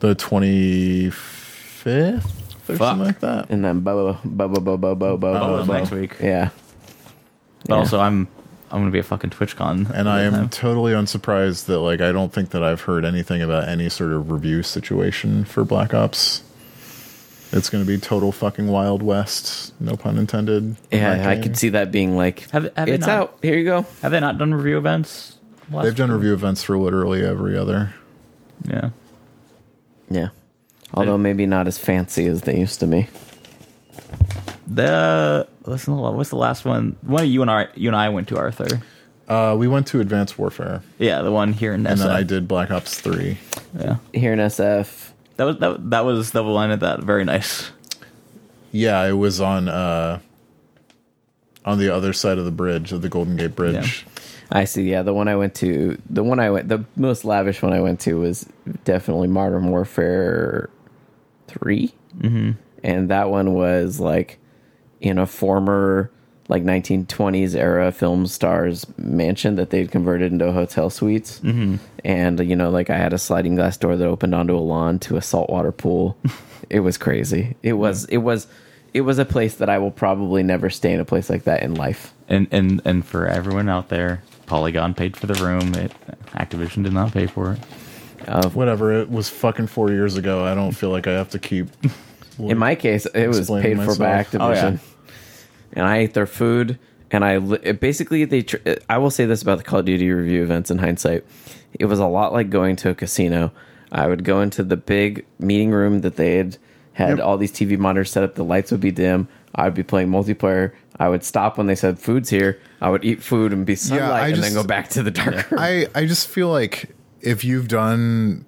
the twenty fifth or
Fuck.
something like that.
and then bo bo bo bo bo bo bo.
Oh,
bo-
it's
bo-
next week.
Yeah.
But
Yeah.
also, I'm I'm gonna be a fucking TwitchCon.
And I
that
am
time.
totally unsurprised that like I don't think that I've heard anything about any sort of review situation for Black Ops. It's going to be total fucking Wild West, no pun intended.
Yeah,
That
I
game.
could see that being like,
Have- have they
it's
not-
out. Here you go.
Have they not done review events? Last
They've done review events for literally every other.
Yeah.
Yeah. Although maybe not as fancy as they used to be.
The what's the, what's the last one? One you and I you and I went to Arthur.
Uh, we went to Advanced Warfare,
Yeah, the one here in
and
Nessa.
then I did Black Ops Three.
Yeah,
Here in SF,
that was that, that was the one at that very nice.
Yeah, it was on uh, on the other side of the bridge, of the Golden Gate Bridge.
I see. Yeah, the one I went to, the one I went, the most lavish one I went to was definitely Modern Warfare 3. Mm-hmm. And that one was like in a former, like 1920s era film star's mansion that they'd converted into hotel suites. Mm-hmm. And, you know, like I had a sliding glass door that opened onto a lawn to a saltwater pool. it was crazy. It was, it was, it was a place that I will probably never stay in a place like that in life.
And and and for everyone out there, Polygon paid for the room. It, Activision did not pay for it.
Whatever, it was fucking four years ago. I don't feel like I have to keep.
In my case, it was
Explain
paid for by
myself.
Activision,
Oh, yeah.
and I ate their food. And I li- it basically they. Tr- I will say this about the Call of Duty review events in hindsight, it was a lot like going to a casino. I would go into the big meeting room that they had had
Yep.
all these TV monitors set up. The lights would be dim. I would be playing multiplayer. I would stop when they said food's here. I would eat food and be sunlight,
I
and then
just-
go back to the dark room.
I I just feel like if you've done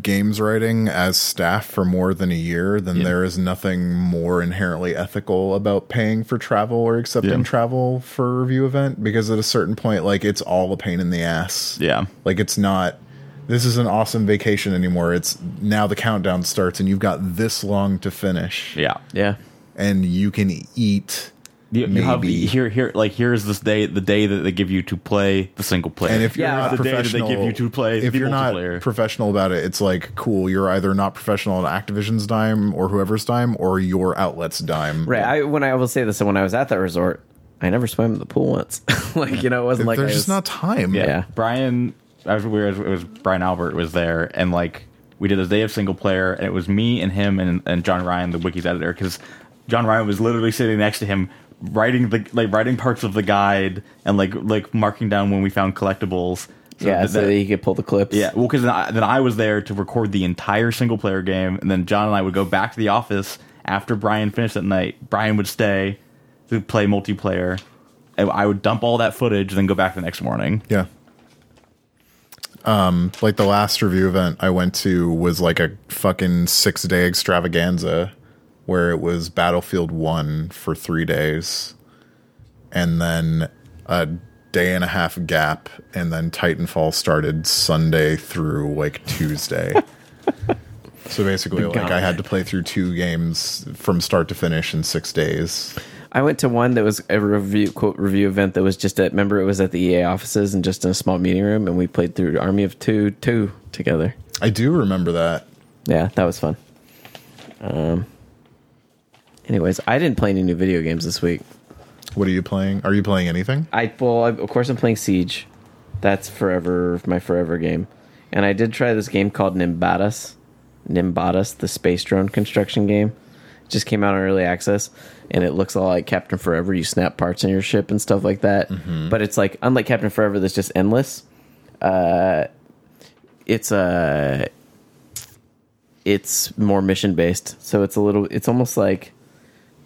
games writing as staff for more than a year, then there is nothing more inherently ethical about paying for travel or accepting
Yeah.
travel for a review event because at a certain point, like it's all a pain in the ass.
Yeah.
Like it's not this is an awesome vacation anymore. It's now the countdown starts and you've got this long to finish.
Yeah.
yeah,
And you can eat
You, you have
Maybe.
here here like here's this day the day that they give you to play the single player.
And if you're
Yeah,
not
the
day that they
professional,
give you to play
if
the
you're not
multiplayer.
professional about it, it's like cool. You're either not professional on Activision's dime or whoever's dime or your outlet's dime.
right. I, when I will say this, when I was at that resort, I never swam in the pool once. like you know, it wasn't like I
There's
was,
just not time.
yeah.
yeah.
Brian as we were, it was Brian Albert was there and like we did a day of single player and it was me and him and, and John Ryan the wiki's editor because John Ryan was literally sitting next to him writing the like writing parts of the guide and like like marking down when we found collectibles. So
yeah,
that-
so
that-
that you could pull the clips.
Yeah, well, because then, I- then I was there to record the entire single player game, and then John and I would go back to the office after Brian finished that night. Brian would stay to play multiplayer, and I would dump all that footage, and then go back the next morning.
Yeah. Um, like the last review event I went to was like a fucking six day extravaganza where it was Battlefield 1 for three days and then a day and a half gap, and then Titanfall started Sunday through like Tuesday. so basically, like I had to play through two games from start to finish in six days.
I went to one that was a review quote review event that was just at remember it was at the EA offices and just in a small meeting room and we played through Army of Two two together.
I do remember that.
Yeah, that was fun. Um. Anyways, I didn't play any new video games this week.
What are you playing? Are you playing anything?
I well, I, of course, I'm playing Siege. That's forever my forever game, and I did try this game called Nimbatus. Nimbatus, the space drone construction game, It just came out on early access, and it looks a lot like Captain Forever. You snap parts in your ship and stuff like that, but it's like unlike Captain Forever, that's just endless. Uh, it's a it's more mission based, so it's a little. It's almost like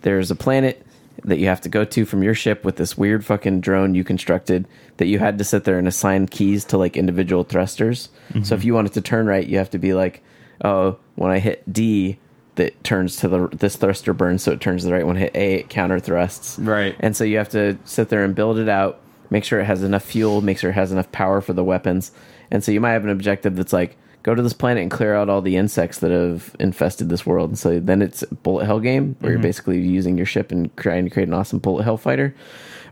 there's a planet that you have to go to from your ship with this weird fucking drone you constructed that you had to sit there and assign keys to like individual thrusters. So if you wanted to turn right, you have to be like, oh, when I hit D, that turns to the this thruster burns, so it turns to the right. When I hit A, it counter thrusts.
Right.
And so you have to sit there and build it out, make sure it has enough fuel, make sure it has enough power for the weapons. And so you might have an objective that's like, go to this planet and clear out all the insects that have infested this world. And so then it's a bullet hell game where you're basically using your ship and trying to create an awesome bullet hell fighter.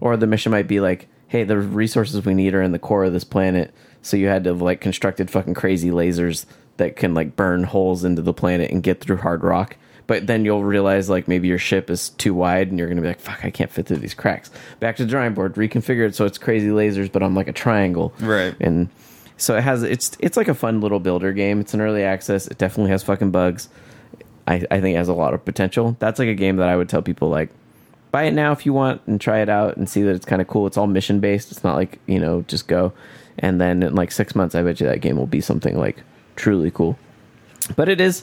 Or the mission might be like, hey, the resources we need are in the core of this planet. So you had to have like constructed fucking crazy lasers that can like burn holes into the planet and get through hard rock but then you'll realize like maybe your ship is too wide and you're gonna be like fuck i can't fit through these cracks back to the drawing board reconfigure it so it's crazy lasers but i'm like a triangle
Right.
and so it has it's it's like a fun little builder game it's an early access it definitely has fucking bugs I, I think it has a lot of potential. That's like a game that I would tell people like buy it now if you want and try it out and see that it's kind of cool. It's all mission based. It's not like you know just go. And then in like six months, I bet you that game will be something like truly cool. But it is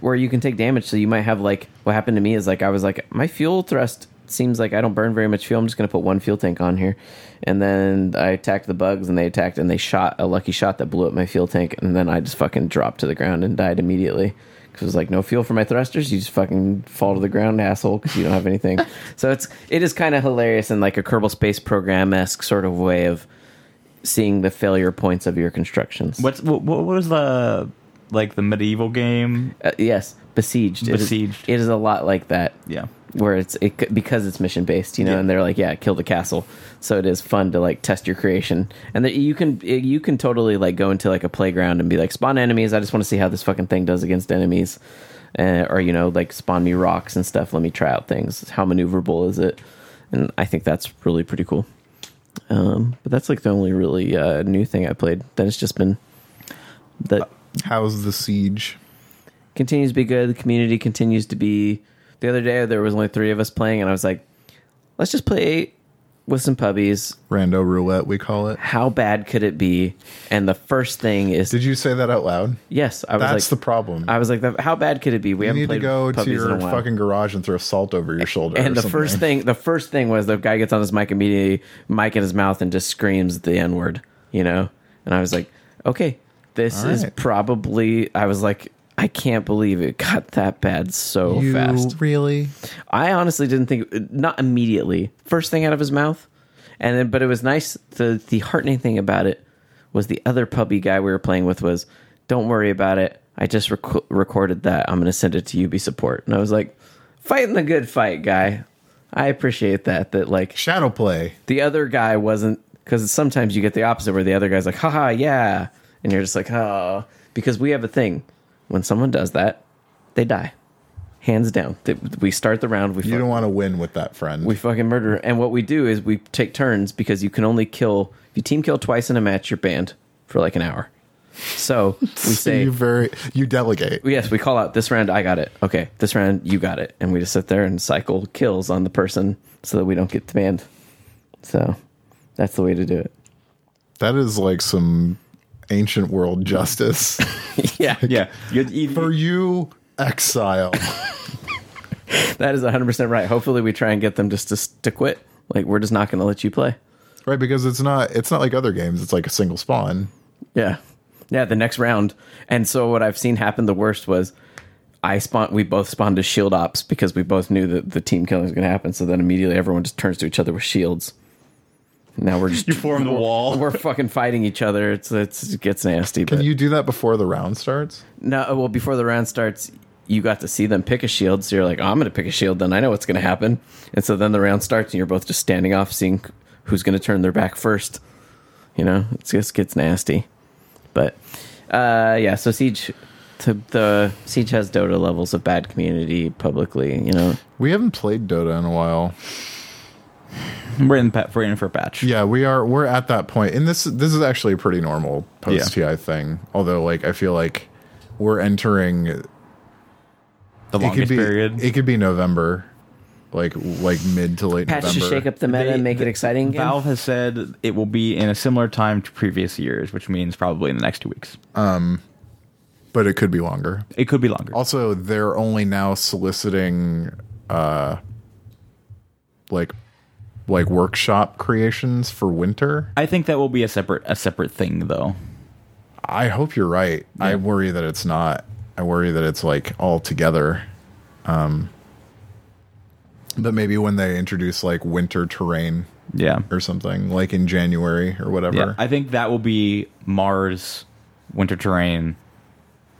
where you can take damage, so you might have like what happened to me is like I was like my fuel thrust seems like I don't burn very much fuel. I'm just gonna put one fuel tank on here, and then I attacked the bugs and they attacked and they shot a lucky shot that blew up my fuel tank, and then I just fucking dropped to the ground and died immediately. Cause it was like no fuel for my thrusters, you just fucking fall to the ground, asshole, because you don't have anything. so it's it is kind of hilarious in like a Kerbal Space Program esque sort of way of seeing the failure points of your constructions.
What's what, what was the like the medieval game?
Uh, yes, besieged. It is-
Besieged.
it is a lot like that.
Yeah,
where it's it c- because it's mission based, you know,
Yeah.
and they're like, yeah, kill the castle. So it is fun to like test your creation, and that you can eh, you can totally like go into like a playground and be like, spawn enemies. I just want to see how this fucking thing does against enemies, uh, or you know, like spawn me rocks and stuff. Let me try out things. How maneuverable is it? And I think that's really pretty cool. Um, but that's like the only really uh, new thing I played. Then it's just been that
How's the siege?
continues to be good. The community continues to be. The other day there was only three of us playing, and I was like, "Let's just play eight with some puppies.
Rando roulette, we call it.
How bad could it be?" And the first thing is,
Did you say that out loud?
yes, I was
That's
like,
the problem.
I was like, "How bad could it be?" We
you
haven't
need to
played
go
puppies
to
in a
your
while.
fucking garage and throw salt over your shoulder.
and
or
the
something.
first thing, the first thing was the guy gets on his mic immediately, mic in his mouth, and just screams the n word, you know. And I was like, okay, this
All
is
right.
probably. I was like, I can't believe it got that bad so
you
fast.
really?
I honestly didn't think not immediately. First thing out of his mouth, and then but it was nice. the The heartening thing about it was the other puppy guy we were playing with was, "Don't worry about it. I just rec- recorded that. I'm going to send it to UB support." And I was like, "Fighting the good fight, guy. I appreciate that. That like
Shadow play.
the other guy wasn't because sometimes you get the opposite where the other guy's like, haha, yeah. And you're just like, oh, because we have a thing. When someone does that, they die. Hands down. Th- We start the round. We,
You
fuck-
don't want to win with that friend.
we fucking murder. And what we do is we take turns because you can only kill, if you team kill twice in a match, you're banned for like an hour. So we say,
you very you delegate.
yes, we call out this round, I got it. Okay, this round, you got it. And we just sit there and cycle kills on the person so that we don't get banned. So that's the way to do it.
That is like some ancient world justice
yeah,
yeah. You, you-
for you, exile.
that is 100% right. Hopefully, we try and get them just to, to quit. Like, we're just not going to let you play.
right? Because it's not it's not like other games. It's like a single spawn.
Yeah. Yeah, the next round. And so, what I've seen happen the worst was I spawned, we both spawned as shield ops because we both knew that the team killing was going to happen. So then immediately everyone just turns to each other with shields. Now we're just,
you form the wall.
we're fucking fighting each other. It's, it's, it gets nasty. But
Can you do that before the round starts?
No, well, before the round starts, you got to see them pick a shield, so you're like, oh, I'm going to pick a shield, then I know what's going to happen. And so then the round starts, and you're both just standing off, seeing who's going to turn their back first. You know, it just gets nasty. But uh, yeah, so Siege, to the Siege has Dota levels of bad community publicly. You know,
We haven't played Dota in a while.
we're in pa- we're in for a patch.
Yeah, we are. We're at that point, and this this is actually a pretty normal post TI thing. Although, like, I feel like we're entering
The
it could
longest
be
period.
it could be November, like like mid to late
patch to
November.
shake up the meta
They-
and make it
they-
exciting. Again.
Valve has said it will be in a similar time to previous years, which means probably in the next two weeks.
but it could be longer.
It could be longer.
Also, they're only now soliciting, uh, like like workshop creations for winter.
I think that will be a separate a separate thing though.
I hope you're right. I worry that it's not. I worry that it's like all together. Um, but maybe when they introduce like winter terrain
Yeah.
or something, like in January or whatever.
Yeah. I think that will be Mars, winter terrain,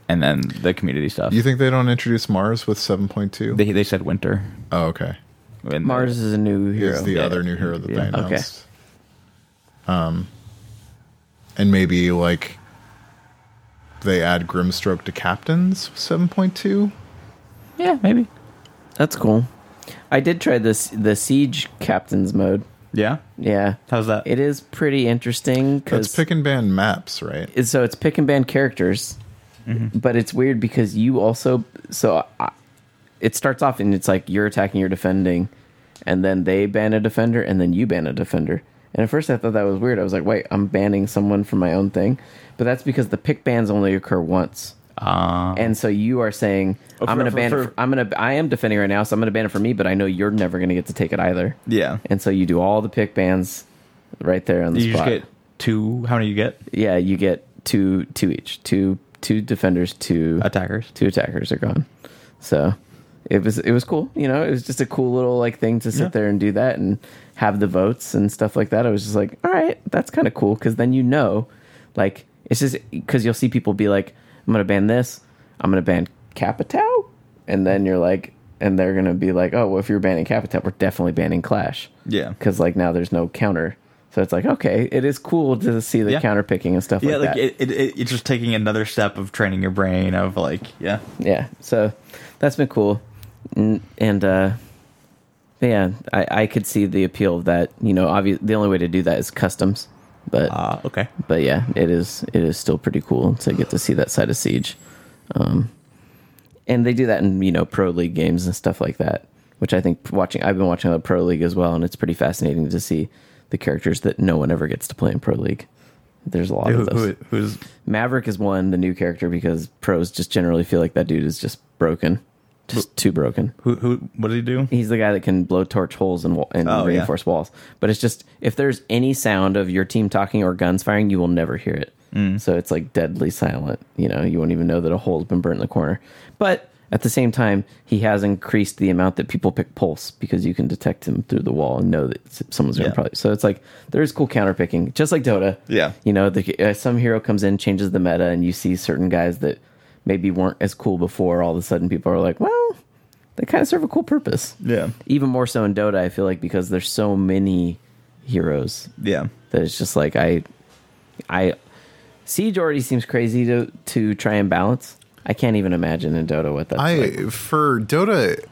and then the community stuff.
you think they don't introduce Mars with 7.2?
they they said winter.
oh, okay.
And
Mars is a new hero.
Is the
Yeah.
other new hero that
Yeah.
they
Okay.
announced. Um, and maybe like they add Grimstroke to captains 7.2.
Yeah, maybe.
That's cool. I did try this the Siege Captains mode.
Yeah.
Yeah,
How's that?
it is pretty interesting
That's
because
pick and ban maps, right?
is- so it's pick and ban characters But it's weird because you also so I, it starts off and it's like you're attacking, you're defending, and then they ban a defender, and then you ban a defender. And at first I thought that was weird. I was like, wait, I'm banning someone from my own thing, but that's because the pick bans only occur once.
Uh,
And so you are saying
Oh,
I'm
for-
going to
for-
ban it.
for-
For, I'm going to I am defending right now, so I'm going to ban it for me. But I know you're never going to get to take it either.
yeah.
And so you do all the pick bans right there on the
You
spot.
just get two. How many you get?
yeah, you get two two each two two defenders two
Attackers.
two attackers are gone. So it was it was cool. You know, it was just a cool little like thing to sit
Yeah.
there and do that and have the votes and stuff like that. I was just like, all right, that's kind of cool because then you know, like it's just because you'll see people be like, I'm gonna ban this, I'm gonna ban Capitao, and then you're like, and they're gonna be like, oh, well, if you're banning Capitao, we're definitely banning Clash
Yeah.
because like now there's no counter. So it's like okay, it is cool to see the
Yeah.
counter picking and stuff
Yeah,
like
like
that.
it, it, it, it's just taking another step of training your brain of like, yeah,
yeah so that's been cool N- and uh but yeah i i could see the appeal of that you know obvious the only way to do that is customs but
uh, okay,
but yeah it is it is still pretty cool to get to see that side of siege um and they do that in you know pro league games and stuff like that which i think watching i've been watching a lot of pro league as well and it's pretty fascinating to see the characters that no one ever gets to play in pro league there's a lot
who,
of those
who, who's
Maverick is one, the new character, because pros just generally feel like that dude is just broken, just too broken.
who, who? What did he do?
He's the guy that can blow torch holes and, wa- and
Oh, yeah.
reinforce walls. But it's just if there's any sound of your team talking or guns firing, you will never hear it.
Mm.
So it's like deadly silent. You know, you won't even know that a hole's been burnt in the corner. But at the same time, he has increased the amount that people pick pulse because you can detect him through the wall and know that s- someone's going to
Yeah.
probably. So it's like there is cool counter picking, just like Dota.
Yeah.
You know, the, uh, some hero comes in, changes the meta, and you see certain guys that maybe weren't as cool before. All of a sudden, people are like, well, they kind of serve a cool purpose.
Yeah,
Even more so in Dota, I feel like because there's so many heroes
yeah,
that it's just like I, I, Siege already seems crazy to to try and balance. I can't even imagine in Dota what that's
I
like.
for Dota,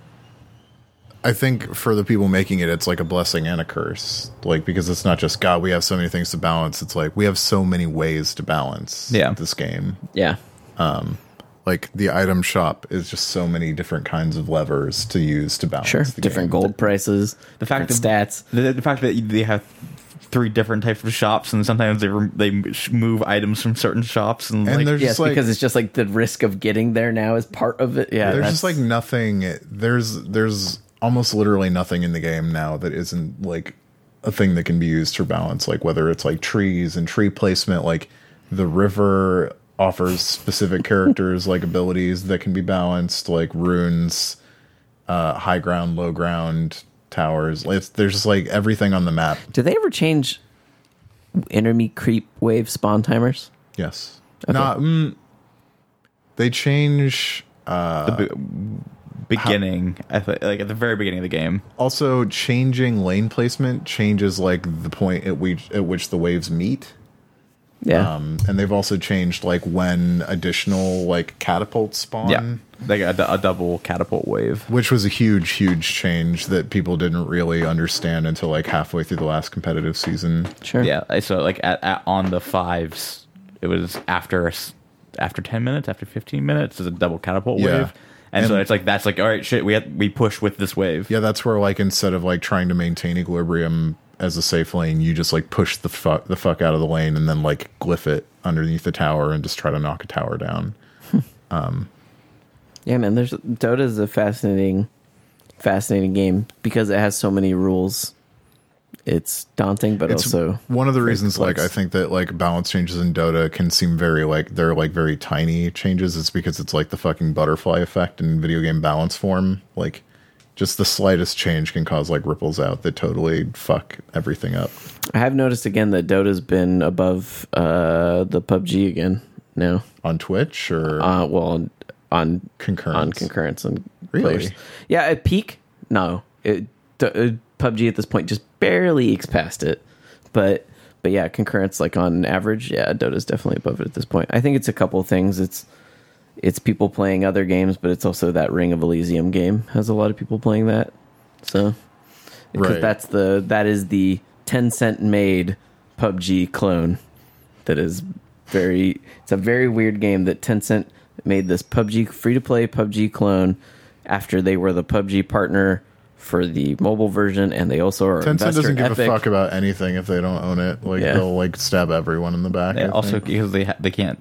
I think for the people making it, it's like a blessing and a curse. Like because it's not just God, we have so many things to balance. It's like we have so many ways to balance.
Yeah.
this game.
Yeah,
Like the item shop is just so many different kinds of levers to use to balance.
sure.
the
Different
game.
gold prices.
The fact
different stats.
The, the fact that they have three different types of shops, and sometimes they rem- they move items from certain shops, and,
And
like,
there's
Yes,
just like
because it's just like the risk of getting there now is part of it. Yeah,
there's just like
that's-
nothing. There's there's almost literally nothing in the game now that isn't like a thing that can be used for balance. Like whether it's like trees and tree placement, like the river offers specific characters like abilities that can be balanced, like runes, uh, high ground, low ground, towers. Like, It's, there's just like everything on the map.
Do they ever change enemy creep wave spawn timers?
Yes. Not. Mm, they change.
beginning, I th- like at the very beginning of the game.
Also, changing lane placement changes like the point at which at which the waves meet,
Yeah.
um, and they've also changed like when additional like catapults spawn,
Yeah, like a, a double catapult wave.
which was a huge, huge change that people didn't really understand until like halfway through the last competitive season.
sure.
Yeah, I- so like at, at on the fives, it was after s- after ten minutes, after fifteen minutes, is a double catapult
Yeah.
wave, and, so
And-
it's like that's like all right, shit, we have, we push with this wave.
Yeah, that's where like instead of like trying to maintain equilibrium as a safe lane, you just like push the fuck the fuck out of the lane and then like glyph it underneath the tower and just try to knock a tower down.
Yeah, man. There's Dota is a fascinating, fascinating game because it has so many rules. It's daunting, but
it's
also
one of the reasons like i
complex.
think that like balance changes in dota can seem very like they're like very tiny changes it's because it's like the fucking butterfly effect in video game balance form like just the slightest change can cause like ripples out that totally fuck everything up
I have noticed again that Dota's been above uh, the PUBG again now.
on twitch or
Uh, well, on on
concurrent
on concurrence and
Really?
players. Yeah, at peak, no. It, d- uh, PUBG at this point just barely ekes past it, but but yeah, concurrence like on average, yeah, Dota's definitely above it at this point. I think it's a couple things. It's it's people playing other games, but it's also that Ring of Elysium game has a lot of people playing that. So because
Right.
that's the that is the ten cent made PUBG clone that is very it's a very weird game that Tencent made this PUBG free to play PUBG clone after they were the PUBG partner for the mobile version and they also are
Tencent
investor
doesn't
in
give
Epic.
a fuck about anything if they don't own it. Like
Yeah.
they'll like stab everyone in the back.
They
I
also
think.
because they ha- they can't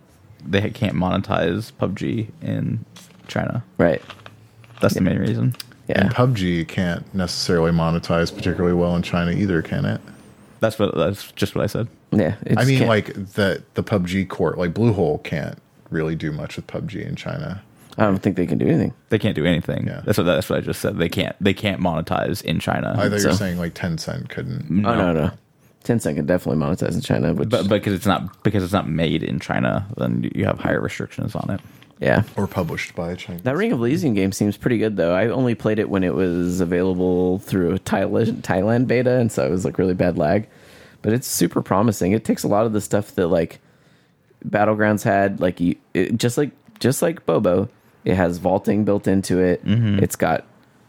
they can't monetize PUBG in China.
Right.
That's the main reason.
Yeah.
and PUBG can't necessarily monetize particularly well in China either, can it?
That's what that's just what I said.
yeah. it
I
just
mean,
can't-
like the the PUBG court, like Bluehole can't really do much with PUBG in China.
I don't think they can do anything.
They can't do anything.
Yeah.
That's what that's what I just said. They can't they can't monetize in China.
I thought you
So-
were saying like Tencent couldn't.
Oh no no. Tencent can definitely monetize in China, which
but because it's not because it's not made in China, then you have higher restrictions on it.
yeah.
Or published by China.
That Ring of Elysium game seems pretty good though. I only played it when it was available through a Thailand, Thailand beta, and so it was like really bad lag. But it's super promising. It takes a lot of the stuff that like Battlegrounds had, like you, it, just like just like Bobo, it has vaulting built into it. It's got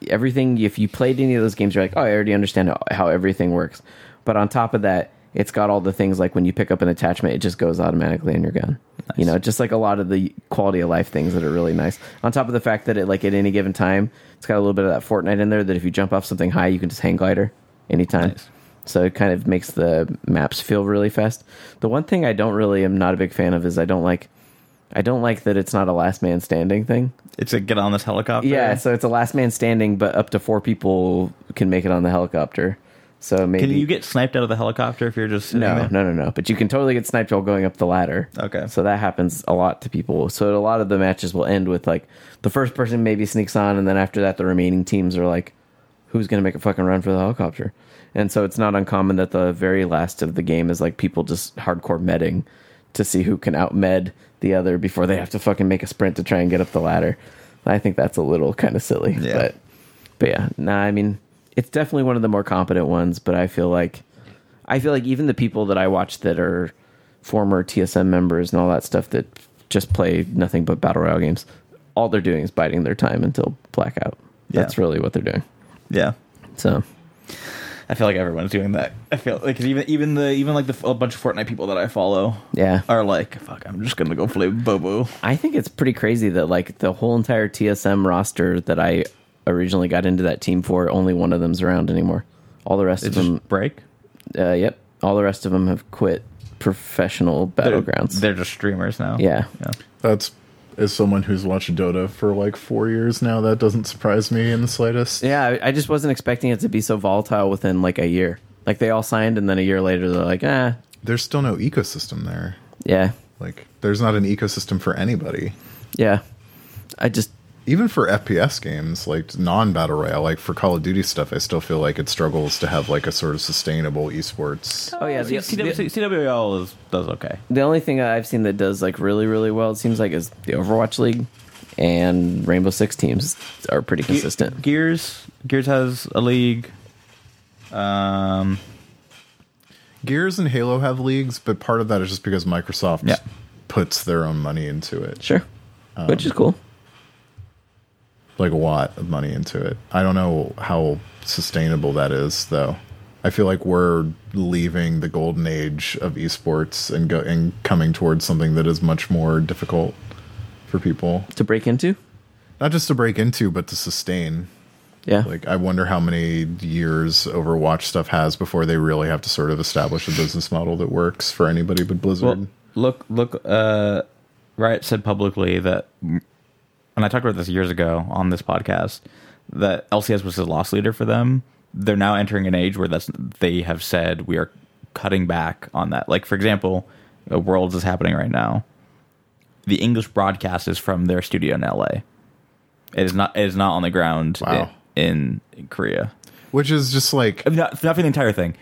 everything. If you played any of those games, you're like, oh, I already understand how, how everything works. But on top of that, it's got all the things like when you pick up an attachment, it just goes automatically in your gun. You know, just like a lot of the quality of life things that are really nice. On top of the fact that it like at any given time, it's got a little bit of that Fortnite in there that if you jump off something high, you can just hang glider anytime.
Nice.
So it kind of makes the maps feel really fast. The one thing I don't really am not a big fan of is I don't like I don't like that it's not a last man standing thing.
It's a get on this helicopter.
Yeah, so it's a last man standing, but up to four people can make it on the helicopter. So maybe
Can you get sniped out of the helicopter if you're just sitting
no,
there?
no, no, no. But you can totally get sniped while going up the ladder.
Okay.
So that happens a lot to people. So a lot of the matches will end with like the first person maybe sneaks on, and then after that, the remaining teams are like, "Who's gonna make a fucking run for the helicopter?" And so it's not uncommon that the very last of the game is like people just hardcore medding to see who can out med the other before they have to fucking make a sprint to try and get up the ladder. I think that's a little kind of silly,
Yeah.
but but yeah, nah, I mean, it's definitely one of the more competent ones, but I feel like I feel like even the people that I watch that are former TSM members and all that stuff that just play nothing but battle royale games, all they're doing is biding their time until blackout. That's
Yeah.
really what they're doing.
Yeah.
So
I feel like everyone's doing that. I feel like 'cause even even the even like the a bunch of Fortnite people that I follow
yeah.
are like, fuck, I'm just gonna go play Bobo.
I think it's pretty crazy that like the whole entire TSM roster that I originally got into that team for, only one of them's around anymore. All the rest
It's
of them,
just break.
uh, yep, all the rest of them have quit professional
They're-
battlegrounds.
They're just streamers now.
Yeah.
Yeah.
That's as someone who's watched Dota for like four years now, that doesn't surprise me in the slightest.
Yeah, I, I just wasn't expecting it to be so volatile within like a year. Like they all signed, and then a year later they're like, ah,
There's still no ecosystem there.
yeah,
Like there's not an ecosystem for anybody.
yeah. I just
Even for FPS games, like non battle royale, like for Call of Duty stuff, I still feel like it struggles to have like a sort of sustainable esports.
oh yeah. The,
CW,
the-
CWL is, does okay.
the only thing I've seen that does like really really well, it seems like, is the Overwatch League and Rainbow Six teams are pretty consistent.
Gears Gears has a league. Um,
Gears and Halo have leagues, but part of that is just because Microsoft
Yeah.
puts their own money into it,
Sure, which is cool.
like a lot of money into it. I don't know how sustainable that is, though. I feel like we're leaving the golden age of esports and go and coming towards something that is much more difficult for people,
To break into,
not just to break into, but to sustain.
yeah,
Like, I wonder how many years Overwatch stuff has before they really have to sort of establish a business model that works for anybody but Blizzard.
well, look look. Uh, Riot said publicly that, and I talked about this years ago on this podcast, that LCS was the loss leader for them. They're now entering an age where that's they have said we are cutting back on that. Like for example, uh, Worlds is happening right now. The English broadcast is from their studio in LA. It is not. It is not on the ground
Wow.
in, in Korea.
Which is just like
I mean, not, not for the entire thing,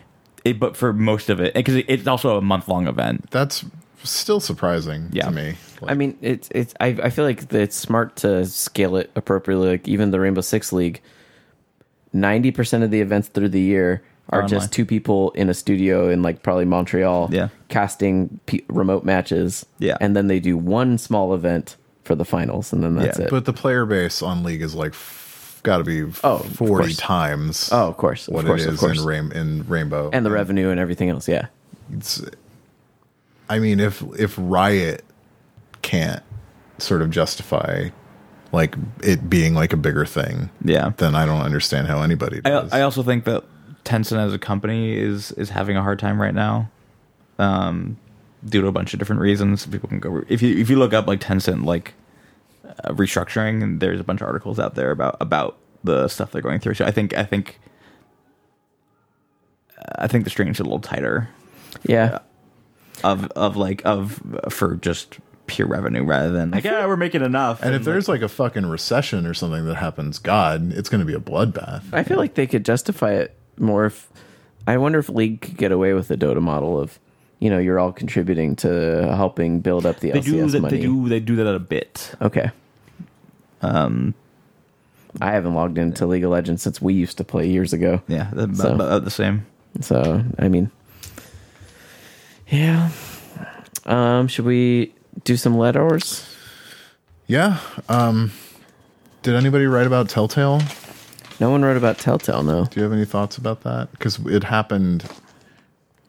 it, but for most of it, because it, it's also a month long event.
that's still surprising
Yeah.
to me. Like,
I mean, it's it's. I I feel like that it's smart to scale it appropriately. Like even the Rainbow Six League, ninety percent of the events through the year are
Online.
just two people in a studio in like probably Montreal,
Yeah.
casting p- remote matches,
Yeah.
and then they do one small event for the finals, and then that's
Yeah.
it.
but the player base on League is like f- got to be
Oh,
oh,
of
40
course.
times
oh, of course, of
what
course,
it
of
is
course,
in, Rain- in Rainbow.
and the revenue and everything else. Yeah,
It's, I mean, if if Riot can't sort of justify like it being like a bigger thing,
Yeah.
then I don't understand how anybody
I,
does.
I also think that Tencent as a company is is having a hard time right now, um, due to a bunch of different reasons. People can go if you if you look up like Tencent like uh, restructuring, and there's a bunch of articles out there about about the stuff they're going through. So I think I think uh, I think the strings are a little tighter
Yeah.
of of like of for just pure revenue rather than like yeah we're making enough
and if there's like a fucking recession or something that happens, God, it's going to be a bloodbath.
I feel like they could justify it more if I wonder if League could get away with the Dota model of you know you're all contributing to helping build up the
they
LCS
do that
money.
they do they do that a bit
Okay. Um,
Um,
I haven't logged into League of Legends since we used to play years ago.
yeah about,
So-
about the same
So I mean, yeah. Um, should we do some letters?
Yeah. Um, did anybody write about Telltale?
No one wrote about Telltale. No.
Do you have any thoughts about that? Because it happened.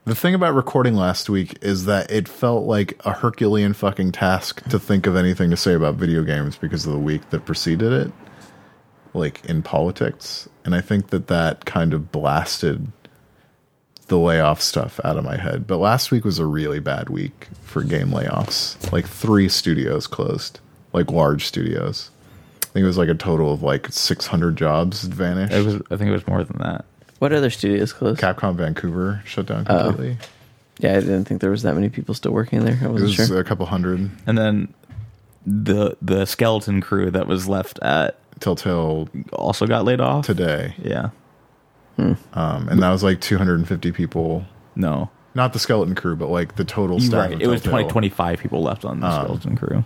The thing about recording last week is that it felt like a Herculean fucking task to think of anything to say about video games because of the week that preceded it, like in politics. And I think that that kind of blasted the layoff stuff out of my head. But last week was a really bad week for game layoffs. Like three studios closed, like large studios. I think it was like a total of like 600 jobs vanished.
it was I think it was more than that
What other studios closed?
Capcom Vancouver shut down
Oh,
completely.
Yeah, I didn't think there was that many people still working there. I
it
wasn't
was
sure.
a couple hundred.
and then the the skeleton crew that was left at
Telltale
also got laid off.
today,
Yeah,
um, and that was like 250 people.
no,
Not the skeleton crew, but like the total
You're
staff.
right.
of
It was
Telltale.
20, 25 people left on the skeleton crew.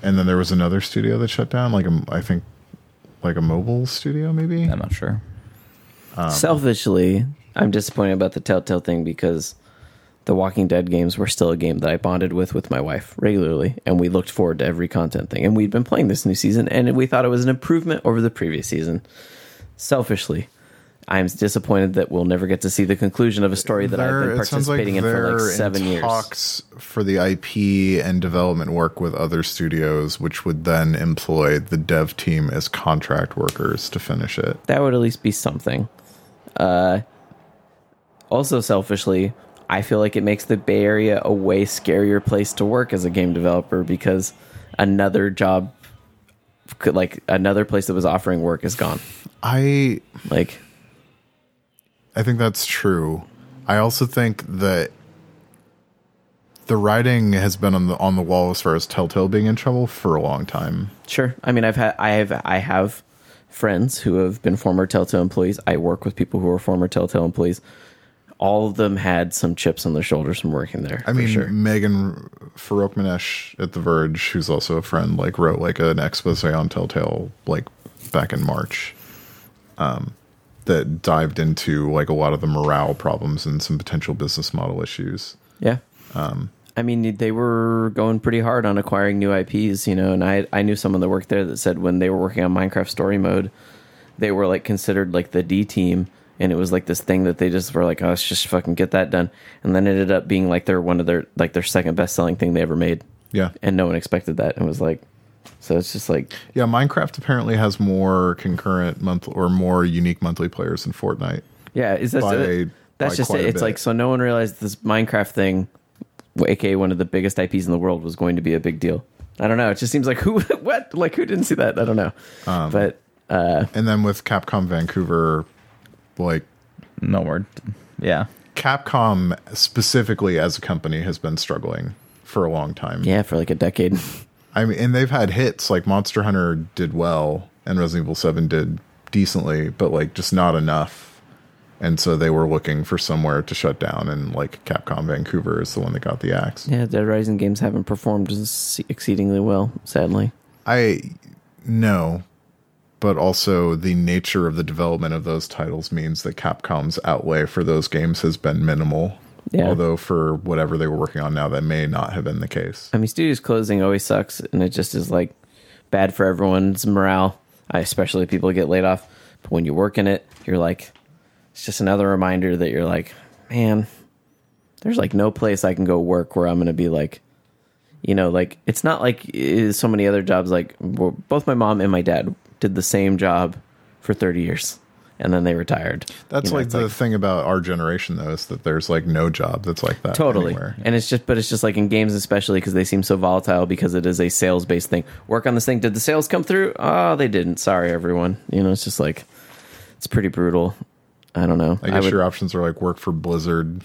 And then there was another studio that shut down, like a, I think, like a mobile studio, maybe.
I'm not sure.
Um,
Selfishly, I'm disappointed about the Telltale thing because the Walking Dead games were still a game that I bonded with with my wife regularly, and we looked forward to every content thing. And we'd been playing this new season, and we thought it was an improvement over the previous season. Selfishly, I'm disappointed that we'll never get to see the conclusion of a story that I've
They're-
been
it sounds
participating in for
they're
like seven
in
years.
Talks for the IP and development work with other studios, which would then employ the dev team as contract workers to finish it.
that would at least be something. Uh, also, selfishly, I feel like it makes the Bay Area a way scarier place to work as a game developer because another job, could, like another place that was offering work, is gone.
I
Like,
I think that's true. I also think that the writing has been on the on the wall as far as Telltale being in trouble for a long time.
sure. I mean, I've had, I have, I have friends who have been former Telltale employees. I work with people who are former Telltale employees. All of them had some chips on their shoulders from working there.
I mean, Megan Farouk Manesh at The Verge, who's also a friend, like wrote like an expose on Telltale like back in March, um, that dived into like a lot of the morale problems and some potential business model issues.
Yeah. Um, I mean, they were going pretty hard on acquiring new IPs, you know, and I I knew someone that worked there that said when they were working on Minecraft Story Mode, they were like considered like the D team, and it was like this thing that they just were like, oh, let's just fucking get that done, and then it ended up being like their one of their like their second best selling thing they ever made,
Yeah,
and no one expected that, and was like, so it's just like
yeah. Minecraft apparently has more concurrent month or more unique monthly players than Fortnite.
Yeah, is that
by-
that's
by
just
quite
it.
a
It's
bit.
like so no one realized this Minecraft thing, aka one of the biggest IPs in the world, was going to be a big deal. I don't know. It just seems like who what like who didn't see that? I don't know.
Um,
but
And then with Capcom Vancouver, like
No word. Yeah,
Capcom specifically as a company has been struggling for a long time.
yeah, for like a decade,
I mean, and they've had hits like Monster Hunter did well and Resident Evil 7 did decently, but like just not enough. And so they were looking for somewhere to shut down, and like Capcom Vancouver is the one that got the axe.
yeah, Dead Rising games haven't performed s- exceedingly well, sadly.
I know, but also the nature of the development of those titles means that Capcom's outlay for those games has been minimal.
Yeah.
Although for whatever they were working on now, that may not have been the case.
I mean, studios closing always sucks, and it just is like bad for everyone's morale. I especially people get laid off, but when you work in it, you're like, it's just another reminder that you're like, man, there's like no place I can go work where I'm going to be like, you know, like it's not like eh, so many other jobs. Like well, both my mom and my dad did the same job for 30 years and then they retired.
That's
You know,
like
it's
the thing about our generation, though, is that there's like no job that's like that.
totally
Anywhere.
and it's just but it's just like in games especially because they seem so volatile because it is a sales based thing work on this thing did the sales come through oh they didn't sorry everyone you know it's just like it's pretty brutal i don't know
I guess
would-
your options are like work for Blizzard.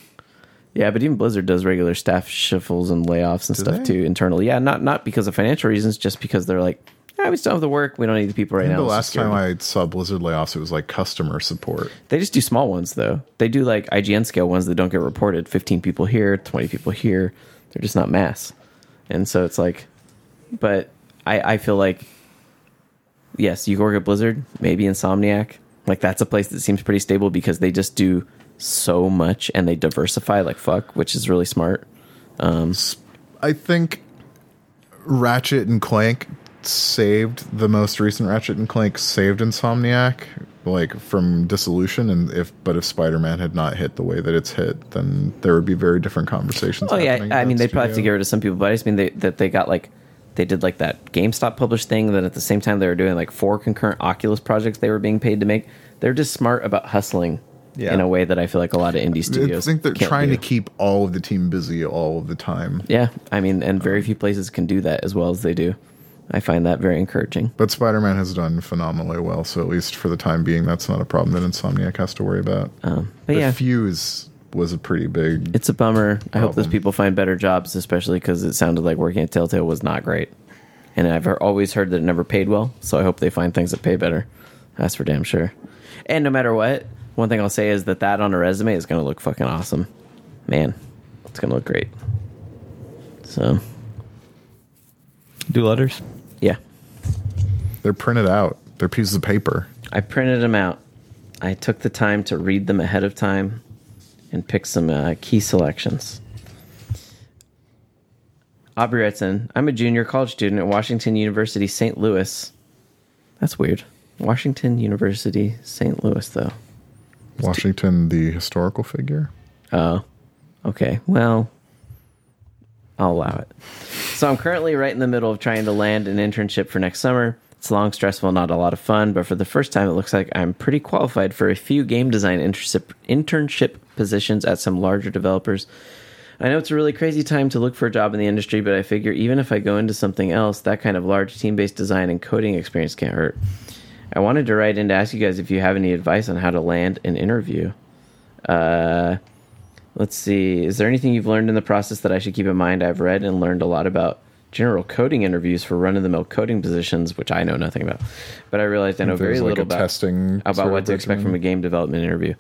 yeah but even blizzard does regular staff shuffles and layoffs and stuff
they?
too internally yeah not not because of financial reasons just because they're like yeah, we still have the work. We don't need the people right
I think
now.
the
Let's just
last
get rid
time
of
I saw Blizzard layoffs, it was like customer support.
They just do small ones though. They do like IGN scale ones that don't get reported. Fifteen people here, twenty people here. They're just not mass, and so it's like, but I I feel like, yes, you work at Blizzard, maybe Insomniac. Like that's a place that seems pretty stable because they just do so much and they diversify like fuck, which is really smart.
I think Ratchet and Clank saved the most recent Ratchet and Clank saved Insomniac like from dissolution and if but if Spider-Man had not hit the way that it's hit then there would be very different conversations.
Oh yeah,
happening in
I mean
that
they'd probably have to
studio.
get rid of some people, but I just mean they, that they got like they did like that GameStop published thing. Then at the same time they were doing like four concurrent Oculus projects they were being paid to make. They're just smart about hustling
Yeah.
in a way that I feel like a lot of indie
I
studios.
think they're
can't
trying
do.
to keep all of the team busy all of the time.
Yeah, I mean, and very few places can do that as well as they do. I find that very encouraging.
But Spider-Man has done phenomenally well, so at least for the time being, that's not a problem that Insomniac has to worry about.
Oh, But
the
yeah,
fuse was a pretty big.
it's a bummer. I hope those
Problem.
people find better jobs, especially because it sounded like working at Telltale was not great. And I've he- always heard that it never paid well, so I hope they find things that pay better. That's for damn sure. And no matter what, one thing I'll say is that that on a resume is going to look fucking awesome. Man, it's going to look great. So,
Do letters?
yeah.
They're printed out. They're pieces of paper.
I printed them out. I took the time to read them ahead of time and pick some uh, key selections. Aubrey writes in I'm a junior college student at Washington University, St. Louis. That's weird. Washington University, St. Louis, though.
Washington, the historical figure.
Oh, okay. Well, I'll allow it. So I'm currently right in the middle of trying to land an internship for next summer. It's long, stressful, not a lot of fun, but for the first time, it looks like I'm pretty qualified for a few game design internship, internship positions at some larger developers. I know it's a really crazy time to look for a job in the industry, but I figure even if I go into something else, that kind of large team based design and coding experience can't hurt. I wanted to write in to ask you guys if you have any advice on how to land an interview. Uh, Let's see. Is there anything you've learned in the process that I should keep in mind? I've read and learned a lot about general coding interviews for run of the mill coding positions, which I know nothing about. But I realized I know very
There's like
little
a
about
testing sort
about
of
what to expect
regimen.
from a game development interview.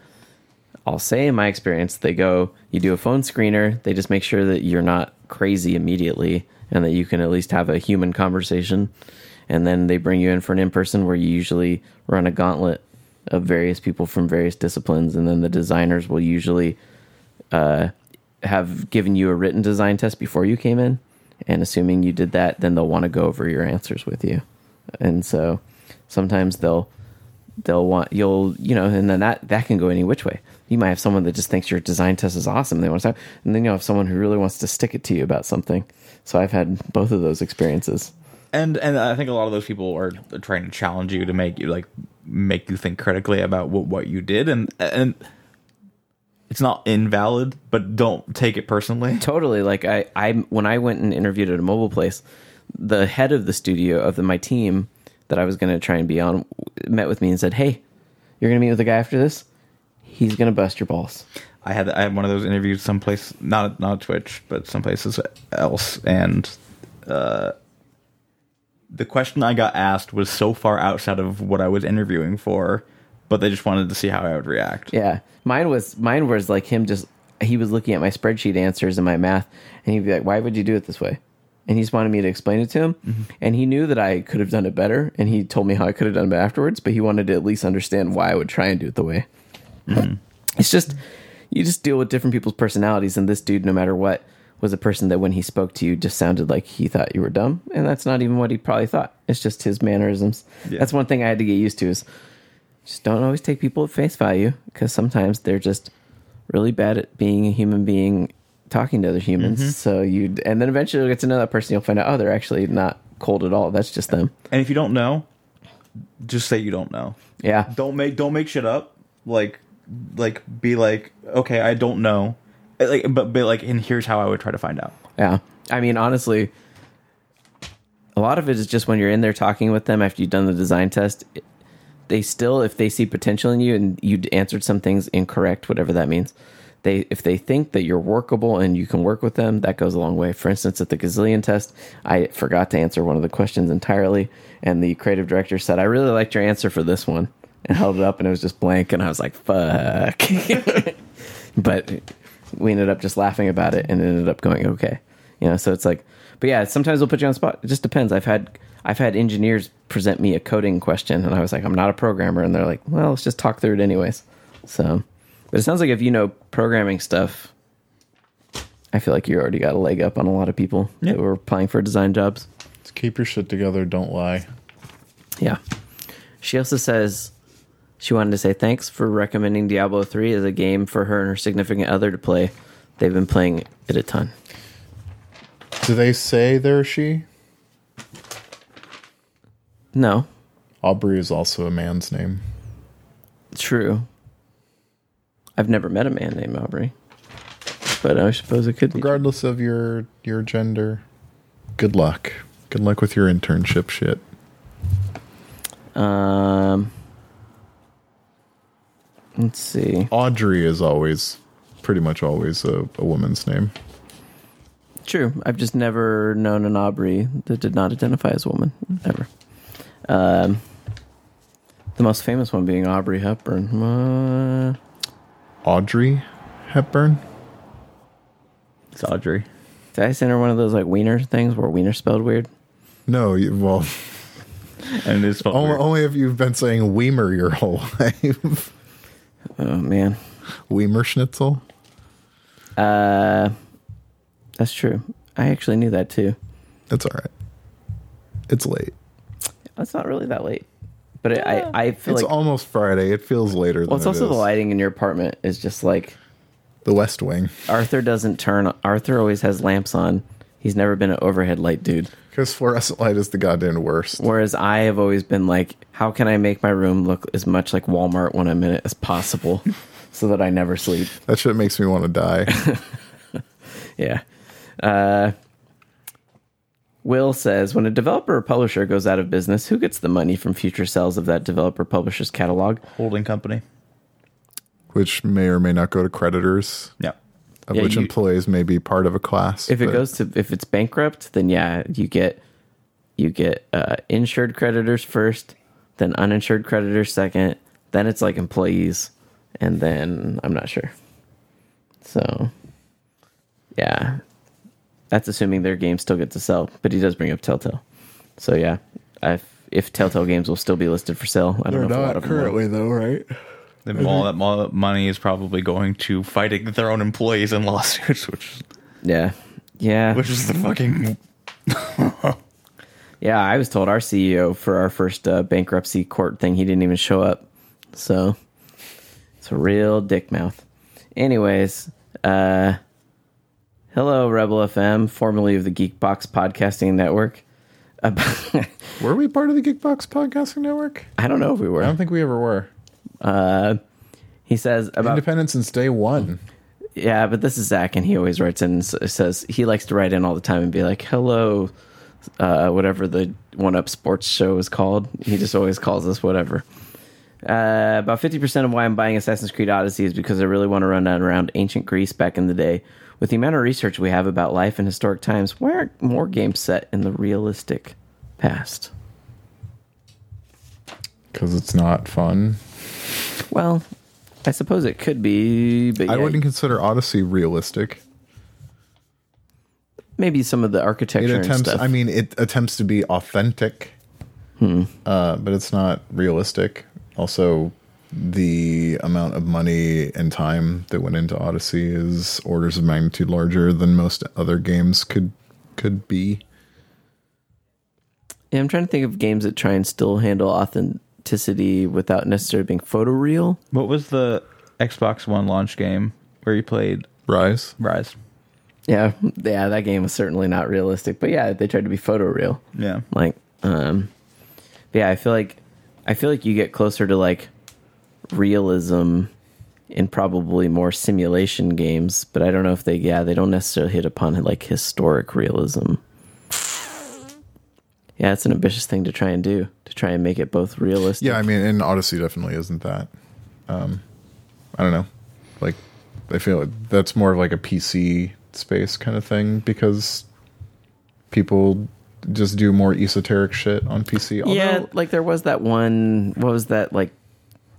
I'll say in my experience, they go, you do a phone screener, they just make sure that you're not crazy immediately and that you can at least have a human conversation. And then they bring you in for an in person where you usually run a gauntlet of various people from various disciplines. And then the designers will usually uh, have given you a written design test before you came in. And assuming you did that, then they'll want to go over your answers with you. And so sometimes they'll they'll want you'll you know and then that that can go any which way you might have someone that just thinks your design test is awesome they want to and then you'll have someone who really wants to stick it to you about something so i've had both of those experiences
And and I think a lot of those people are trying to challenge you to make you like make you think critically about what what you did, and and it's not invalid, but don't take it personally.
totally like i i when i went and interviewed at a mobile place the head of the studio of the, my team that i was going to try and be on met with me and said hey you're going to meet with the guy after this he's going to bust your balls
I had I had one of those interviews someplace not not Twitch but someplaces else, and uh, the question I got asked was so far outside of what I was interviewing for, but they just wanted to see how I would react.
Yeah, mine was mine was like him just he was looking at my spreadsheet answers and my math, and he'd be like, "Why would you do it this way?" And he just wanted me to explain it to him, and he knew that I could have done it better, and he told me how I could have done it afterwards, but he wanted to at least understand why I would try and do it the way. It's just you just deal with different people's personalities, and this dude, no matter what, was a person that when he spoke to you just sounded like he thought you were dumb, and that's not even what he probably thought. It's just his mannerisms.
Yeah.
That's one thing I had to get used to is just don't always take people at face value because sometimes they're just really bad at being a human being talking to other humans. So you, and then eventually you'll get to know that person. You'll find out, oh, they're actually not cold at all. That's just them.
And if you don't know, just say you don't know.
Yeah.
Don't make don't make shit up. Like like be like, okay, I don't know. Uh, Like but but like and here's how I would try to find out.
Yeah. I mean, honestly, a lot of it is just when you're in there talking with them after you've done the design test, it- they still, if they see potential in you and you answered some things incorrect, whatever that means, they if they think that you're workable and you can work with them, that goes a long way. For instance, at the gazillion test, I forgot to answer one of the questions entirely, and the creative director said, "I really liked your answer for this one," and held it up, and it was just blank, and I was like, "Fuck." but we ended up just laughing about it and it ended up going okay you know so it's like but yeah sometimes they'll put you on the spot it just depends i've had i've had engineers present me a coding question and i was like i'm not a programmer and they're like well let's just talk through it anyways so but it sounds like if you know programming stuff i feel like you already got a leg up on a lot of people that were applying for design jobs
Just keep your shit together. Don't lie.
yeah. She also says she wanted to say thanks for recommending Diablo 3 as a game for her and her significant other to play. They've been playing it a ton.
Do they say they're she?
No,
Aubrey is also a man's name.
true. I've never met a man named Aubrey, but I suppose it could be.
Regardless of your your gender. Good luck. Good luck with your internship shit.
Um, let's see.
Audrey is always pretty much always a, a woman's name.
True. I've just never known an Aubrey that did not identify as a woman ever. Um, the most famous one being Aubrey Hepburn. Uh,
Audrey Hepburn?
It's Audrey.
Did I send her one of those like wiener things where wiener spelled weird?
No, you, well,
And it's spelled
only,
weird.
only if you've been saying Weimer your whole life.
Oh man,
Weimer Schnitzel?
that's true. I actually knew that too.
It's all right. It's late.
That's not really that late, but it, I I feel
It's
like
almost Friday. It feels later than
well, it's
it
also the
is.
lighting in your apartment is just like
The West Wing.
Arthur doesn't turn. Arthur always has lamps on. He's never been an overhead light dude.
Because fluorescent light is the goddamn worst.
Whereas I have always been like, how can I make my room look as much like Walmart when I'm in it as possible, so that I never sleep.
That shit makes me want to die.
Yeah. Uh, Will says when a developer or publisher goes out of business, who gets the money from future sales of that developer publisher's catalog?
Holding company.
which may or may not go to creditors,
Yeah.
of
Yeah,
which
you-
employees may be part of a class.
If it
but
goes to if it's bankrupt, then yeah, you get you get uh, insured creditors first, then uninsured creditors second, then it's like employees, and then I'm not sure. So, yeah, that's assuming their game still gets to sell. But he does bring up Telltale, so yeah, if if Telltale games will still be listed for sale, I don't know. If a lot of them will.
though, right?
Then all that mo- money is probably going to fighting their own employees in lawsuits, which
Yeah, yeah.
which is the fucking
Yeah, I was told our CEO for our first uh, bankruptcy court thing, he didn't even show up. So it's a real dick mouth. Anyways, uh, hello, Rebel FM, formerly of the Geekbox Podcasting Network. Ab-
Were we part of the Geekbox Podcasting Network?
I don't know if we
I don't
were.
think we ever were.
Uh, he says about
Independent since day one.
Yeah, but this is Zach, and he always writes in and s- says he likes to write in all the time and be like, "Hello, uh, whatever the One Up Sports show is called." He just always calls us whatever. Uh, about fifty percent of why I'm buying Assassin's Creed Odyssey is because I really want to run around ancient Greece back in the day. With the amount of research we have about life in historic times, why aren't more games set in the realistic past?
Because it's not fun.
Well, I suppose it could be, but
I
yeah,
wouldn't consider Odyssey realistic.
maybe some of the architecture
It
and
attempts.
stuff.
I mean, it attempts to be authentic,
Hmm.
uh, but it's not realistic. Also, the amount of money and time that went into Odyssey is orders of magnitude larger than most other games could could be.
Yeah, I'm trying to think of games that try and still handle authenticity without necessarily being photoreal.
What was the Xbox One launch game where you played
Rise.
Rise?
Yeah, yeah, that game was certainly not realistic, but yeah, they tried to be photoreal.
Yeah.
Like, um, but yeah, I feel like I feel like you get closer to like realism in probably more simulation games, but I don't know if they yeah they don't necessarily hit upon like historic realism. Yeah, it's an ambitious thing to try and do to try and make it both realistic.
Yeah, I mean, and Odyssey definitely isn't that. Um, I don't know. Like, I feel like that's more of like a PC space kind of thing because people just do more esoteric shit on PC. Although,
yeah, like there was that one. What was that like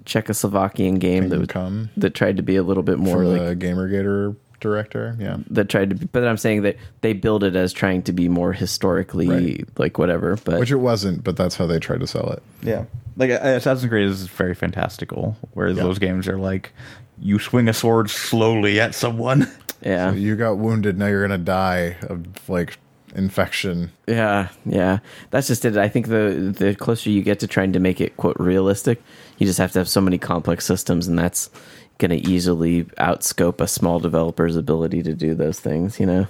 Czechoslovakian game that
Kingdom
was,
Come?
that tried to be a little bit more
for
like
the Gamergator director, yeah.
that tried to. Be, but I'm saying that they build it as trying to be more historically
Right.
like whatever. But
Which it wasn't, but that's how they tried to sell it.
Yeah.
Like uh, Assassin's Creed is very fantastical, whereas those games are like you swing a sword slowly at someone.
yeah,
You got wounded, now you're gonna die of like infection.
yeah, yeah. That's just it. I think the the closer you get to trying to make it quote realistic, you just have to have so many complex systems, and that's going to easily outscope a small developer's ability to do those things. You know.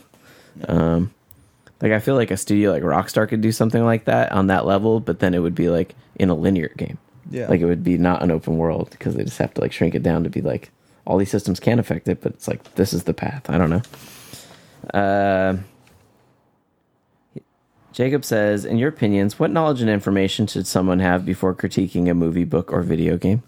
Um, Like I feel like a studio like Rockstar could do something like that on that level, but then it would be like in a linear game.
Yeah.
Like it would be not an open world because they just have to like shrink it down to be like all these systems can affect it, but it's like this is the path. I don't know. Uh, Jacob says, in your opinions, what knowledge and information should someone have before critiquing a movie, book, or video game?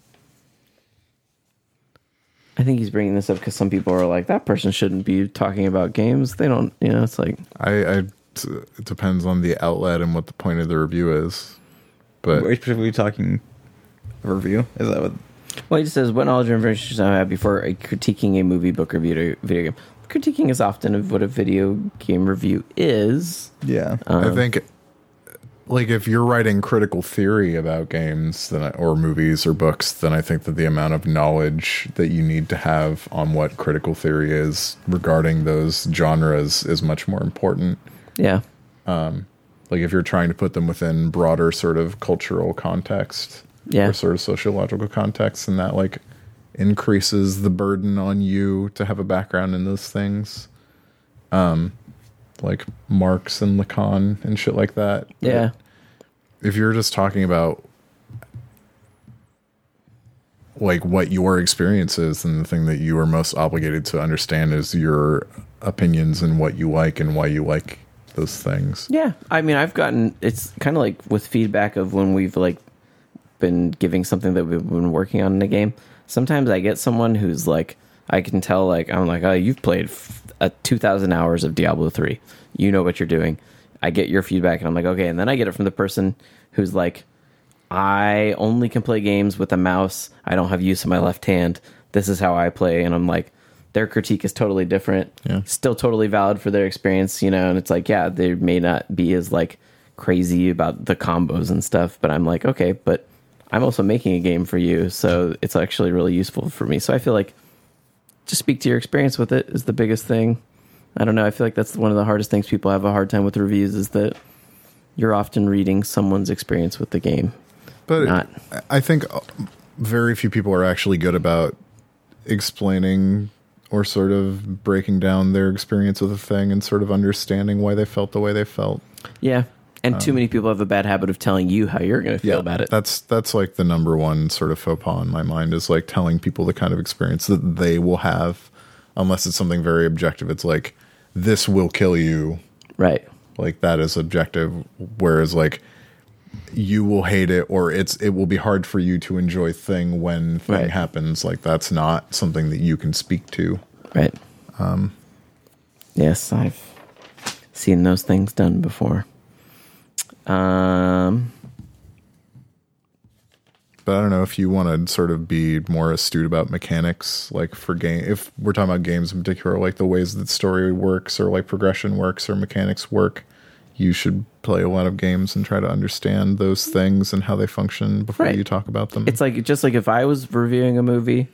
I think he's bringing this up because some people are like, that person shouldn't be talking about games. They don't, you know, it's like,
I, I t- it depends on the outlet and what the point of the review is. But
We're specifically talking review. Is that what?
Well, he just says, "What knowledge or information should I have before uh, critiquing a movie, book, or video, video game?" Critiquing is often of what a video game review is.
Yeah.
I
Um,
think, like, if you're writing critical theory about games then I, or movies or books, then I think that the amount of knowledge that you need to have on what critical theory is regarding those genres is much more important.
Yeah,
Like, if you're trying to put them within broader sort of cultural context
Yeah.
or sort of sociological context, and that, like, increases the burden on you to have a background in those things. Um, like Marx and Lacan and shit like that.
yeah,
if you're just talking about like what your experience is and the thing that you are most obligated to understand is your opinions and what you like and why you like those things
yeah. I mean, I've gotten it's kind of like with feedback of when we've like been giving something that we've been working on in a game. Sometimes I get someone who's like, I can tell, like, I'm like, oh, you've played f- uh, 2,000 hours of Diablo 3. You know what you're doing. I get your feedback and I'm like, okay. And then I get it from the person who's like, I only can play games with a mouse. I don't have use of my left hand. This is how I play. And I'm like, their critique is totally different.
Yeah.
Still totally valid for their experience, you know? And it's like, yeah, they may not be as like crazy about the combos and stuff, but I'm like, okay, but I'm also making a game for you. So it's actually really useful for me. So I feel like just speak to your experience with it is the biggest thing. I don't know. I feel like that's one of the hardest things people have a hard time with reviews is that you're often reading someone's experience with the game.
but
Not-
i think uh, very few people are actually good about explaining or sort of breaking down their experience with a thing and sort of understanding why they felt the way they felt
Yeah. And too many people have a bad habit of telling you how you're going to feel about it.
That's that's like the number one sort of faux pas in my mind is like telling people the kind of experience that they will have, unless it's something very objective. It's like this will kill you.
right.
Like that is objective. Whereas like you will hate it or it's it will be hard for you to enjoy thing when thing
Right.
happens. Like that's not something that you can speak to.
Right. Um, yes, I've seen those things done before. Um,
But I don't know if you want to sort of be more astute about mechanics, like for game. If we're talking about games in particular, like the ways that story works, or like progression works, or mechanics work, you should play a lot of games and try to understand those things and how they function before
Right.
you talk about them.
it's like just like if I was reviewing a movie,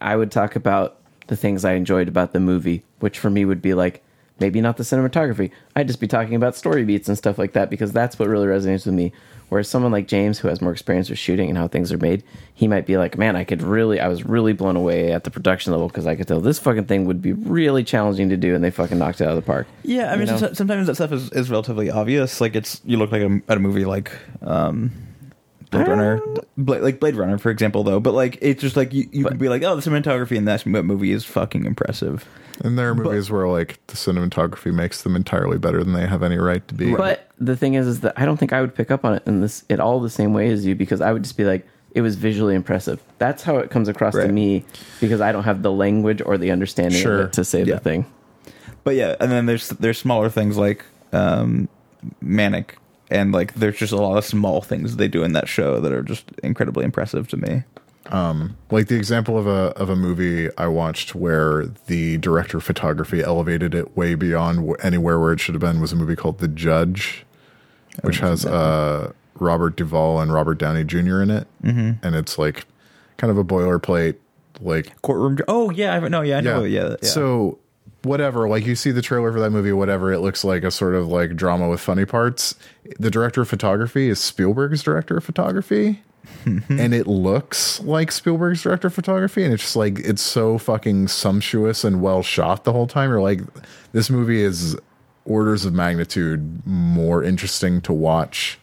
I would talk about the things I enjoyed about the movie, which for me would be like Maybe not the cinematography. I'd just be talking about story beats and stuff like that because that's what really resonates with me. Whereas someone like James, who has more experience with shooting and how things are made, he might be like, "Man, I could really, I was really blown away at the production level because I could tell this fucking thing would be really challenging to do, and they fucking knocked it out of the park."
Yeah, I mean,
know?
some- sometimes that stuff is, is relatively obvious. Like it's you look like a, at a movie like um, Blade
Ah.
Runner, Bla- like Blade Runner, for example, though. But like it's just like you, you can be like, oh, the cinematography in that movie is fucking impressive.
And there are movies where like the cinematography makes them entirely better than they have any right to be.
But the thing is, is that I don't think I would pick up on it in this at all the same way as you because I would just be like, it was visually impressive. That's how it comes across to
Right.
me because I don't have the language or the understanding
Sure.
of it to say
Yeah.
the thing.
But yeah, and then there's there's smaller things like um, Manic, and like there's just a lot of small things they do in that show that are just incredibly impressive to me.
like the example of a of a movie I watched where the director of photography elevated it way beyond wh- anywhere where it should have been was a movie called The Judge, which has uh, Robert Duvall and Robert Downey Jr. in it, mm-hmm. and it's like kind of a boilerplate like
Courtroom. Oh yeah, I, no, yeah, I know. Yeah, yeah.
so whatever, like you see the trailer for that movie, whatever, it looks like a sort of like drama with funny parts. The director of photography is Spielberg's director of photography. and it looks like Spielberg's director of photography, and it's just like it's so fucking sumptuous and well shot the whole time. You're like, this movie is orders of magnitude more interesting to watch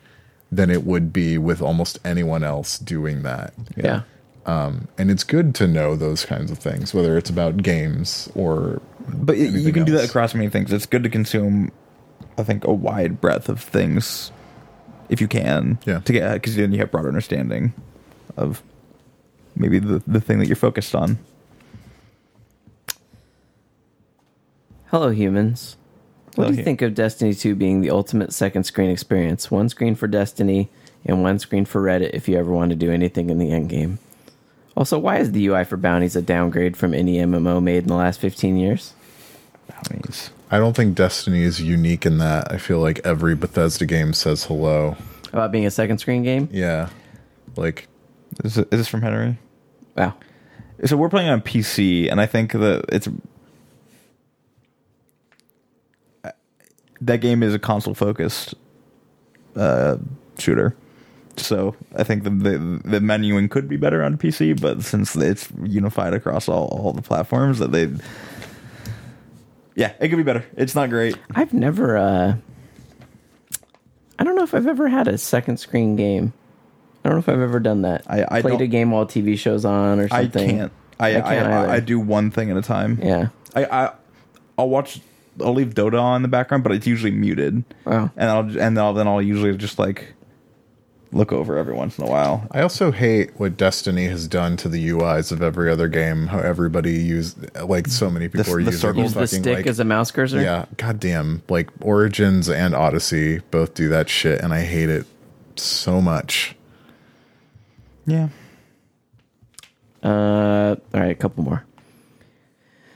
than it would be with almost anyone else doing that
Yeah.
and it's good to know those kinds of things, whether it's about games or
But y- you
anything
can do that
else.
across many things. It's good to consume, I think, a wide breadth of things if you can.
Yeah.
To get because then you have broader understanding of maybe the the thing that you're focused on.
Hello, humans. What
Hello,
do you
hu-
think of Destiny 2 being the ultimate second screen experience? One screen for Destiny and one screen for Reddit if you ever want to do anything in the end game. Also, why is the UI for bounties a downgrade from any MMO made in the last 15 years?
Bounties.
I don't think Destiny is unique in that. I feel like every Bethesda game says hello.
About being a second screen game?
Yeah. Like
Is, it, is this from Henry?
Wow.
So we're playing on PC, and I think that it's that game is a console focused uh, shooter. So I think the, the the menuing could be better on PC, but since it's unified across all, all the platforms, that they yeah, it could be better. It's not great.
I've never uh I don't know if I've ever had a second screen game. I don't know if I've ever done that.
I- I
played a
don't-
game while TV shows on or
I
something.
can't. I I,
can't
I,
either.
I do one thing at a time.
Yeah.
I, I I'll watch. I'll leave Dota on in the background, but it's usually muted.
Wow.
And I'll and I'll, then I'll usually just like look over every once in a while.
I also hate what Destiny has done to the UIs of every other game, how everybody use like so many people
The-
are
the
using
circle.
Use the stick
like,
as a mouse cursor.
Yeah, goddamn. Like Origins and Odyssey both do that shit and I hate it so much.
Yeah.
Uh, all right, a couple more.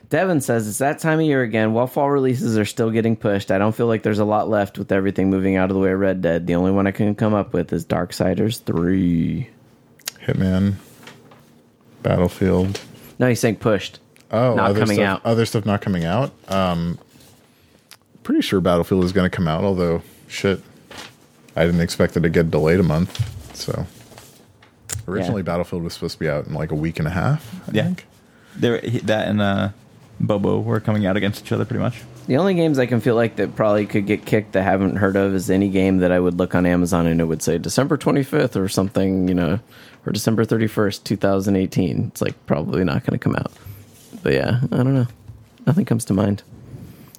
Devin says it's that time of year again. While fall releases are still getting pushed, I don't feel like there's a lot left with everything moving out of the way. of Red Dead. The only one I can come up with is Darksiders Three.
Hitman, Battlefield,
No, he's saying pushed.
Oh,
not
other
coming
stuff,
out.
Other stuff not coming out. Um, pretty sure Battlefield is going to come out. Although, shit, I didn't expect it to get delayed a month. So, originally Battlefield was supposed to be out in like a week and a half. I
Yeah.
think.
There he- that and uh, Bobo were coming out against each other pretty much.
The only games I can feel like that probably could get kicked that I haven't heard of is any game that I would look on Amazon and it would say December 25th or something, you know, or December 31st, 2018. It's like probably not going to come out. But yeah, I don't know. Nothing comes to mind.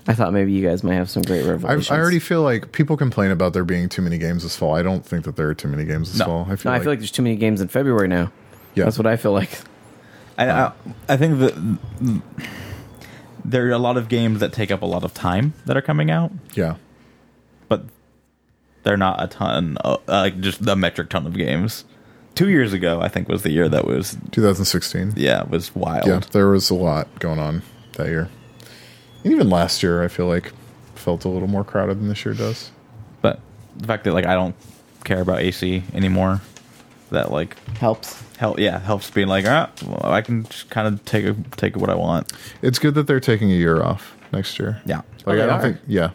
I thought maybe you guys might have some great
I,
revelations.
I already feel like people complain about there being too many games this fall. I don't think that there are too many games this
No.
fall. I
No,
feel,
I feel like there's too many games in February now.
Yeah.
That's what I feel like.
I I, I think that there are a lot of games that take up a lot of time that are coming out,
yeah,
but they're not a ton, of, uh, like just a metric ton of games. Two years ago, I think was the year that was
2016.
yeah was wild.
yeah, there was a lot going on that year, and even last year. I feel like felt a little more crowded than this year does.
But the fact that like I don't care about AC anymore, that like
Helps.
help yeah helps being like ah, well, I can just kind of take a, take what I want.
It's good that they're taking a year off. next year.
Yeah.
Like,
Oh, they
I don't
are?
think. Yeah.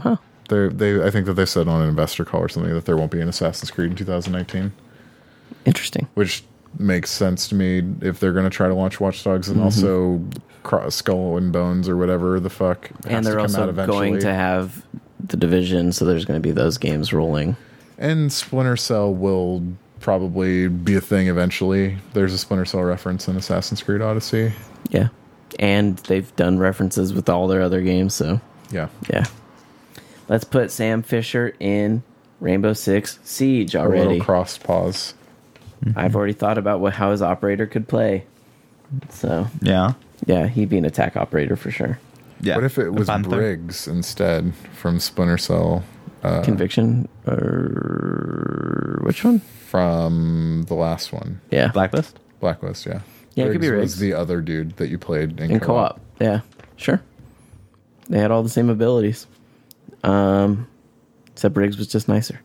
Huh.
They they I think that they said on an investor call or something that there won't be an Assassin's Creed in 2019,
Interesting.
which makes sense to me if they're going to try to launch Watch Dogs
Mm-hmm.
and also Cro- Skull and Bones or whatever the fuck. has
and
to
they're
come
also
out eventually.
going to have the division, so there's going to be those games rolling.
and Splinter Cell will probably be a thing eventually. There's a Splinter Cell reference in Assassin's Creed Odyssey.
Yeah. And they've done references with all their other games, so
Yeah.
yeah. Let's put Sam Fisher in Rainbow Six Siege
A
already.
little cross pause.
I've already thought about what, how his operator could play. So
Yeah.
yeah, he'd be an attack operator for sure.
Yeah.
What if it was
Panther.
Briggs instead from Splinter Cell
Conviction or which one?
from the last one?
Yeah,
Blacklist?
Blacklist, yeah.
Yeah, it could be Riggs.
was the other dude that you played in,
in co-op. Yeah, sure. They had all the same abilities, um, except Briggs was just nicer.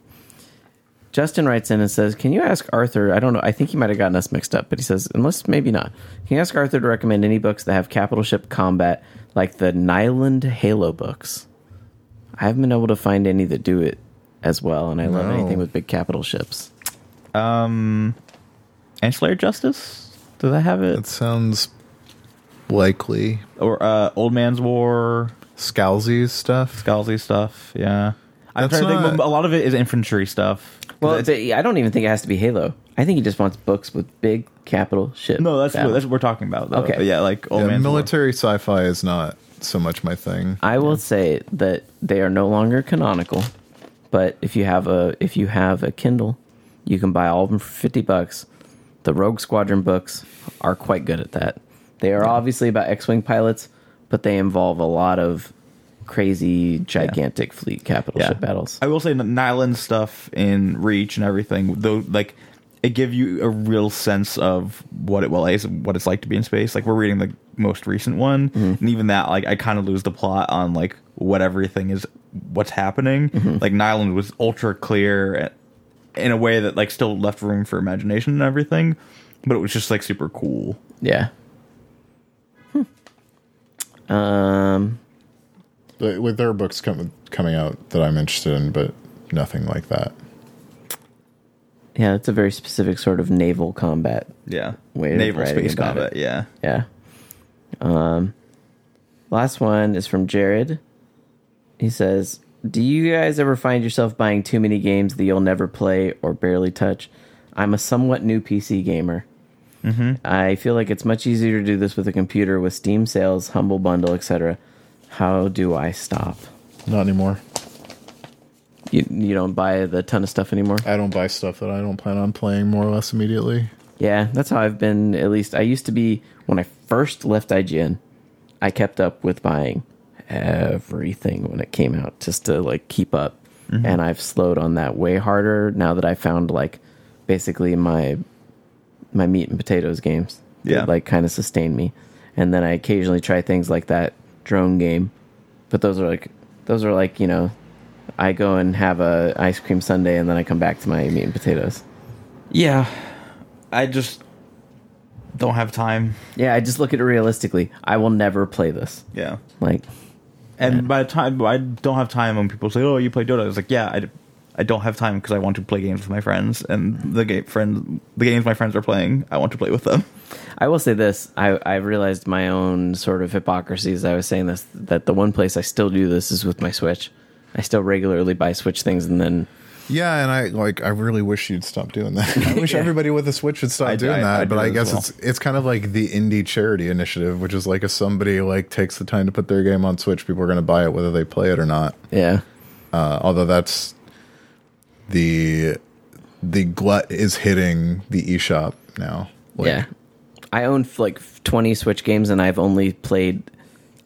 Justin writes in and says, "Can you ask Arthur? I don't know. I think he might have gotten us mixed up, but he says, unless maybe not. Can you ask Arthur to recommend any books that have capital ship combat, like the Nyland Halo books? I haven't been able to find any that do it as well, and I love
No.
anything with big capital ships.
Um, Ancillary Justice? Does that have it?
It sounds likely
or uh, Old Man's War,
Scalzi's stuff.
Scalzi stuff. Yeah. I'm
That's
trying to think.
not-
A lot of it is infantry stuff. 'Cause
Well,
it's-
but I don't even think it has to be Halo. I think he just wants books with big capital ship.
no, that's
battles.
what, that's what we're talking about. Though.
Okay.
But yeah, like Old
Yeah,
Man's War.
military sci-fi is not so much my thing.
I will say that they are no longer canonical, but if you have a if you have a Kindle, you can buy all of them for fifty bucks. The Rogue Squadron books are quite good at that. They are obviously about X-wing pilots, but they involve a lot of crazy, gigantic fleet capital
Yeah.
ship battles.
I will say the Nylon stuff in Reach and everything, though, like it give you a real sense of what it well is what it's like to be in space. Like we're reading the most recent one,
Mm-hmm.
and even that, like I kind of lose the plot on like what everything is, what's happening.
Mm-hmm.
Like Nylon was ultra clear a- in a way that like still left room for imagination and everything, but it was just like super cool.
Yeah. Hmm. Um.
But with their books com- coming out that I'm interested in, but nothing like that.
Yeah, it's a very specific sort of naval combat.
Yeah,
Way of
naval
writing
space
about
combat. Yeah,
Yeah. Um, last one is from Jared. He says, "Do you guys ever find yourself buying too many games that you'll never play or barely touch? I'm a somewhat new PC gamer. Mm-hmm. I feel like it's much easier to do this with a computer with Steam sales, Humble Bundle, etc. How do I stop?
Not anymore.
You you don't buy the ton of stuff anymore.
I don't buy stuff that I don't plan on playing more or less immediately.
Yeah, that's how I've been. At least I used to be when I first left IGN. I kept up with buying everything when it came out just to like keep up, and I've slowed on that way harder now that I found like basically my my meat and potatoes games. that,
Yeah.
like kind of sustain me, and then I occasionally try things like that drone game, but those are like those are like you know. I go and have a ice cream sundae, and then I come back to my meat and potatoes.
yeah. I just don't have time.
Yeah, I just look at it realistically. I will never play this.
Yeah.
Like,
And by the time I don't have time, when people say, "Oh, you play Dota," I was like, "Yeah, I, I don't have time because I want to play games with my friends, and the game friends, the games my friends are playing, I want to play with them."
I will say this: I I realized my own sort of hypocrisy as I was saying this. That the one place I still do this is with my Switch. I still regularly buy Switch things, and then
Yeah, and I like I really wish you'd stop doing that. I wish
Yeah.
everybody with a Switch would stop
I-
doing
I-
that.
I do
but I
as
guess
well.
it's it's kind of like the indie charity initiative, which is like if somebody like takes the time to put their game on Switch, people are going to buy it whether they play it or not.
yeah,
Uh, although that's the the glut is hitting the eShop now. Like,
yeah. I own like twenty Switch games, and I've only played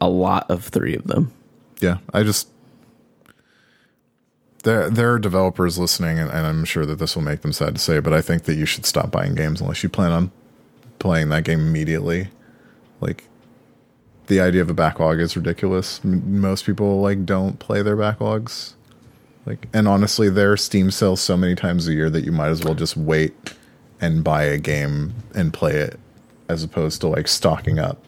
a lot of three of them.
yeah i just there there are developers listening and, and i'm sure that this will make them sad to say but i think that you should stop buying games unless you plan on playing that game immediately like the idea of a backlog is ridiculous M- most people like don't play their backlogs like and honestly there are steam sales so many times a year that you might as well just wait and buy a game and play it as opposed to like stocking up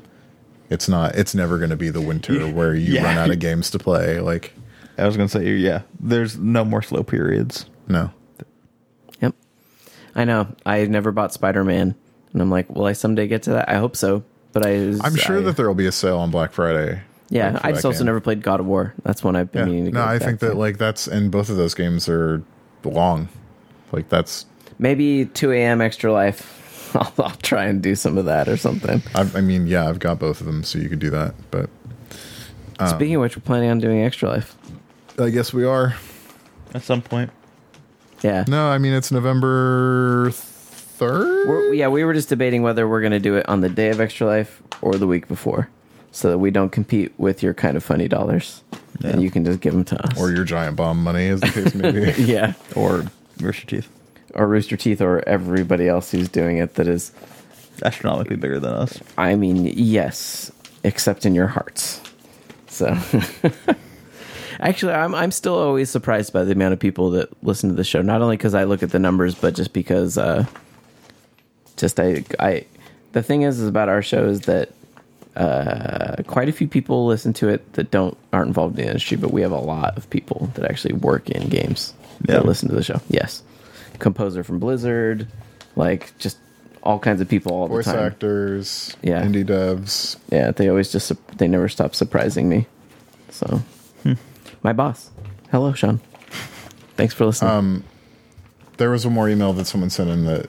It's not. It's never going to be the winter where you
Yeah.
run out of games to play. Like
I was gonna say, yeah. There's no more slow periods.
no.
Yep. I know. I never bought Spider Man, and I'm like, will I someday get to that? I hope so. But I, was-
I'm sure
I-
that there will be a sale on Black Friday.
Yeah,
for
I
that
just also
game.
never played God of War. That's one I've been
Yeah.
meaning to.
No,
go
I
back
think
to.
that like that's and both of those games are long. Like that's.
maybe 2 a.m. extra life. I'll, I'll try and do some of that or something.
I, I mean, yeah, I've got both of them, so you could do that. But Um,
Speaking of which, we're planning on doing extra life.
I guess we are.
At some point,
Yeah.
No, I mean it's November third.
We're, yeah, we were just debating whether we're going to do it on the day of Extra Life or the week before, so that we don't compete with your kind of funny dollars, and you can just give them to us.
Or your giant bomb money, as the case may be.
yeah,
or Rooster Teeth,
or Rooster Teeth, or everybody else who's doing it. That is,
astronomically bigger than us.
I mean, yes, except in your hearts. So, actually, I'm I'm still always surprised by the amount of people that listen to the show. Not only because I look at the numbers, but just because, uh, just I I, the thing is, is about our show is that uh, quite a few people listen to it that don't aren't involved in the industry, but we have a lot of people that actually work in games
Yeah.
that listen to the show. Yes, composer from Blizzard, like just all kinds of people all
Voice
the time.
actors,
Yeah.
indie devs.
Yeah, they always just sup- they never stop surprising me. So, my boss. Hello, Sean. Thanks for listening.
There was one more email that someone sent in that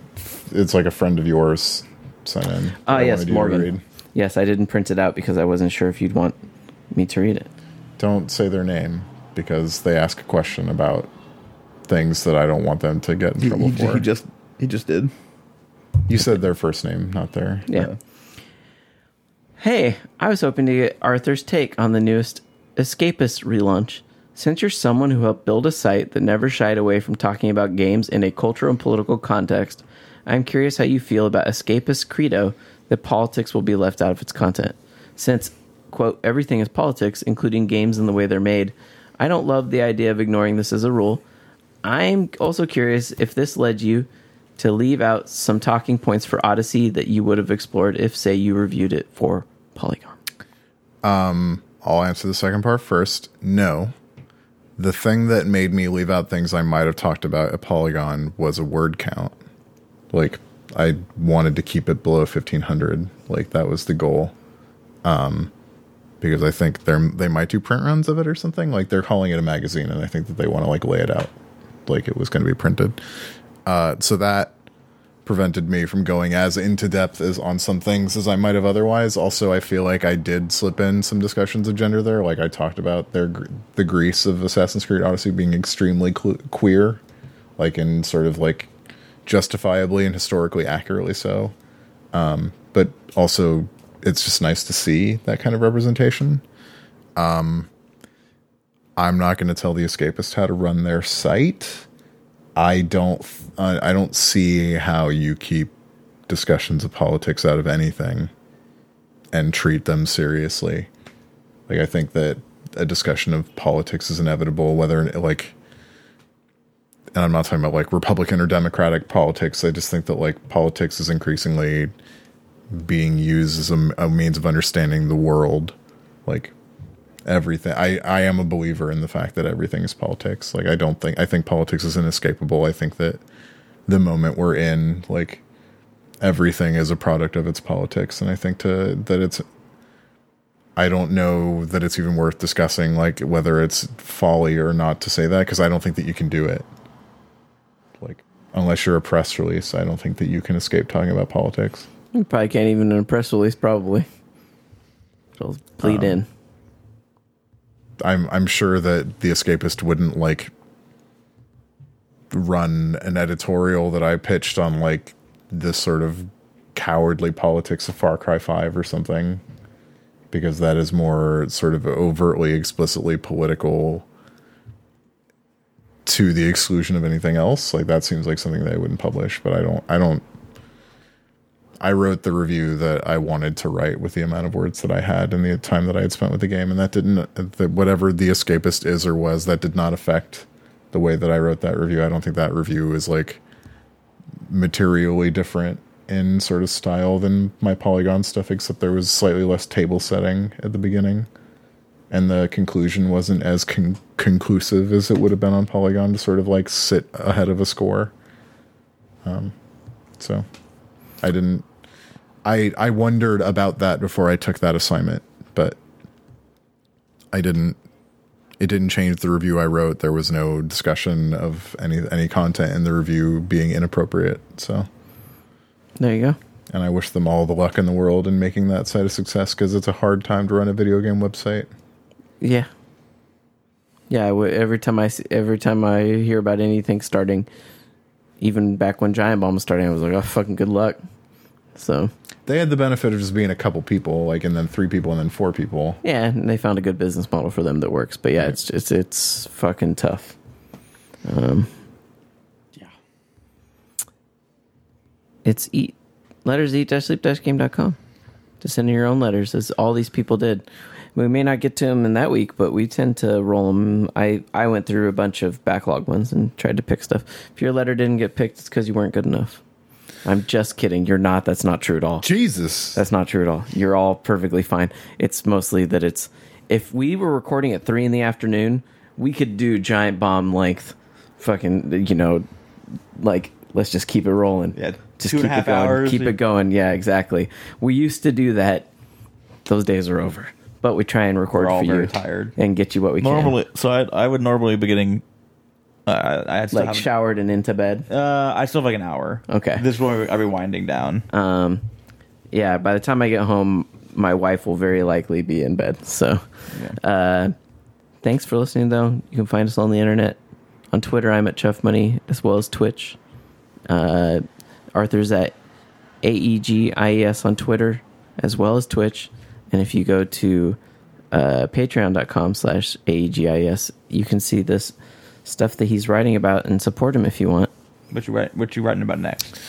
it's like a friend of yours sent in.
Ah,
I
yes,
wanted you to
Morgan.
read.
Yes, I didn't print it out because I wasn't sure if you'd want me to read it.
Don't say their name because they ask a question about things that I don't want them to get in
He,
trouble
he-
for.
he just he just did.
you said their first name, not their.
Yeah. Hey, I was hoping to get Arthur's take on the newest Escapist relaunch. Since you're someone who helped build a site that never shied away from talking about games in a cultural and political context, I'm curious how you feel about Escapist credo that politics will be left out of its content. Since, quote, everything is politics, including games and the way they're made, I don't love the idea of ignoring this as a rule. I'm also curious if this led you to leave out some talking points for Odyssey that you would have explored if, say, you reviewed it for Polygon.
I'll answer the second part first. No. The thing that made me leave out things I might have talked about at Polygon was a word count. Like, I wanted to keep it below 1500. Like, that was the goal. Um, because I think they're, they might do print runs of it or something. Like, they're calling it a magazine, and I think that they want to, like, lay it out like it was going to be printed. Uh, so that prevented me from going as into depth as on some things as I might have otherwise. Also, I feel like I did slip in some discussions of gender there. Like I talked about their gr- the grease of Assassin's Creed Odyssey being extremely cl- queer, like in sort of like justifiably and historically accurately so. Um, but also, it's just nice to see that kind of representation. Um, I'm not going to tell the escapist how to run their site. I don't uh, I don't see how you keep discussions of politics out of anything and treat them seriously. Like I think that a discussion of politics is inevitable whether like and I'm not talking about like Republican or Democratic politics. I just think that like politics is increasingly being used as a, a means of understanding the world. Like everything I, I am a believer in the fact that everything is politics like i don't think i think politics is inescapable i think that the moment we're in like everything is a product of its politics and i think to that it's i don't know that it's even worth discussing like whether it's folly or not to say that because i don't think that you can do it like unless you're a press release i don't think that you can escape talking about politics
You probably can't even in a press release, probably. It'll bleed in.
I'm I'm sure that the escapist wouldn't like run an editorial that I pitched on like the sort of cowardly politics of Far Cry 5 or something because that is more sort of overtly explicitly political to the exclusion of anything else like that seems like something they wouldn't publish but I don't I don't I wrote the review that I wanted to write with the amount of words that I had and the time that I had spent with the game, and that didn't the, whatever the escapist is or was that did not affect the way that I wrote that review. I don't think that review is like materially different in sort of style than my Polygon stuff, except there was slightly less table setting at the beginning, and the conclusion wasn't as con- conclusive as it would have been on Polygon to sort of like sit ahead of a score. Um, so I didn't. I I wondered about that before I took that assignment, but I didn't it didn't change the review I wrote. There was no discussion of any any content in the review being inappropriate. So,
There you go.
and I wish them all the luck in the world in making that site a success because it's a hard time to run a video game website.
Yeah. Yeah, I would- every time I s- every time I hear about anything starting, even back when Giant Bomb was starting, I was like, "Oh, fucking good luck." So
They had the benefit of just being a couple people, like, and then three people, and then four people.
yeah, and they found a good business model for them that works. But yeah, it's it's it's fucking tough. Um,
Yeah.
It's eat letters eat dash sleep dash game dot com. To send in your own letters, as all these people did. We may not get to them in that week, but we tend to roll them. I I went through a bunch of backlog ones and tried to pick stuff. If your letter didn't get picked, it's because you weren't good enough. I'm just kidding. You're not. That's not true at all.
Jesus,
That's not true at all. You're all perfectly fine. It's mostly that it's if we were recording at three in the afternoon, we could do giant bomb length, fucking you know, like let's just keep it rolling.
Yeah,
just
two and a
keep
half
it going.
hours.
Keep it going. Yeah, exactly. We used to do that. Those days are over. But we try and record
We're all
for
very
you
tired.
and get you what we
Normally, so I, I would normally be getting. Uh, I I still
can. Like
have,
showered and into bed.
uh, I still have like an hour.
Okay.
This one I'll be winding down.
yeah, by the time I get home, my wife will very likely be in bed. So, uh, thanks for listening, though. You can find us on the internet. On Twitter, I'm at Chuff Money, as well as Twitch. Uh, Arthur's at E AEGIES on Twitter, as well as Twitch. And if you go to uh, patreon.com slash E AEGIES, you can see this stuff that he's writing about and support him if you want.
what you write? What you writing about next?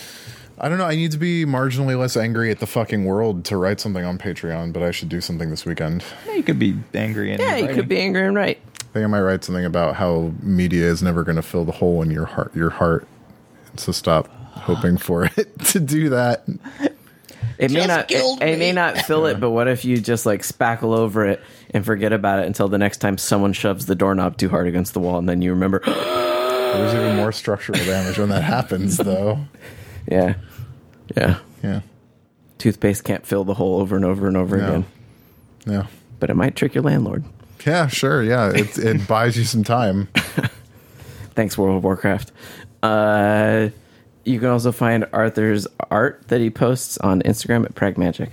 I don't know. I need to be marginally less angry at the fucking world to write something on Patreon, but I should do something this weekend.
Yeah, you could be angry and
Yeah, you could be angry and right.
I think I might write something about how media is never going to fill the hole in your heart. Your heart. So stop hoping for it to do that.
It may not. It, it may not fill it, but what if you just like spackle over it and forget about it until the next time someone shoves the doorknob too hard against the wall, and then you remember.
There's even more structural damage when that happens, though.
yeah, yeah.
Yeah.
Toothpaste can't fill the hole over and over and over
No.
again,
Yeah.
but it might trick your landlord.
Yeah, sure. Yeah. It, it buys you some time.
Thanks, World of Warcraft. Uh, you can also find Arthur's art that he posts on Instagram at Pragmagic.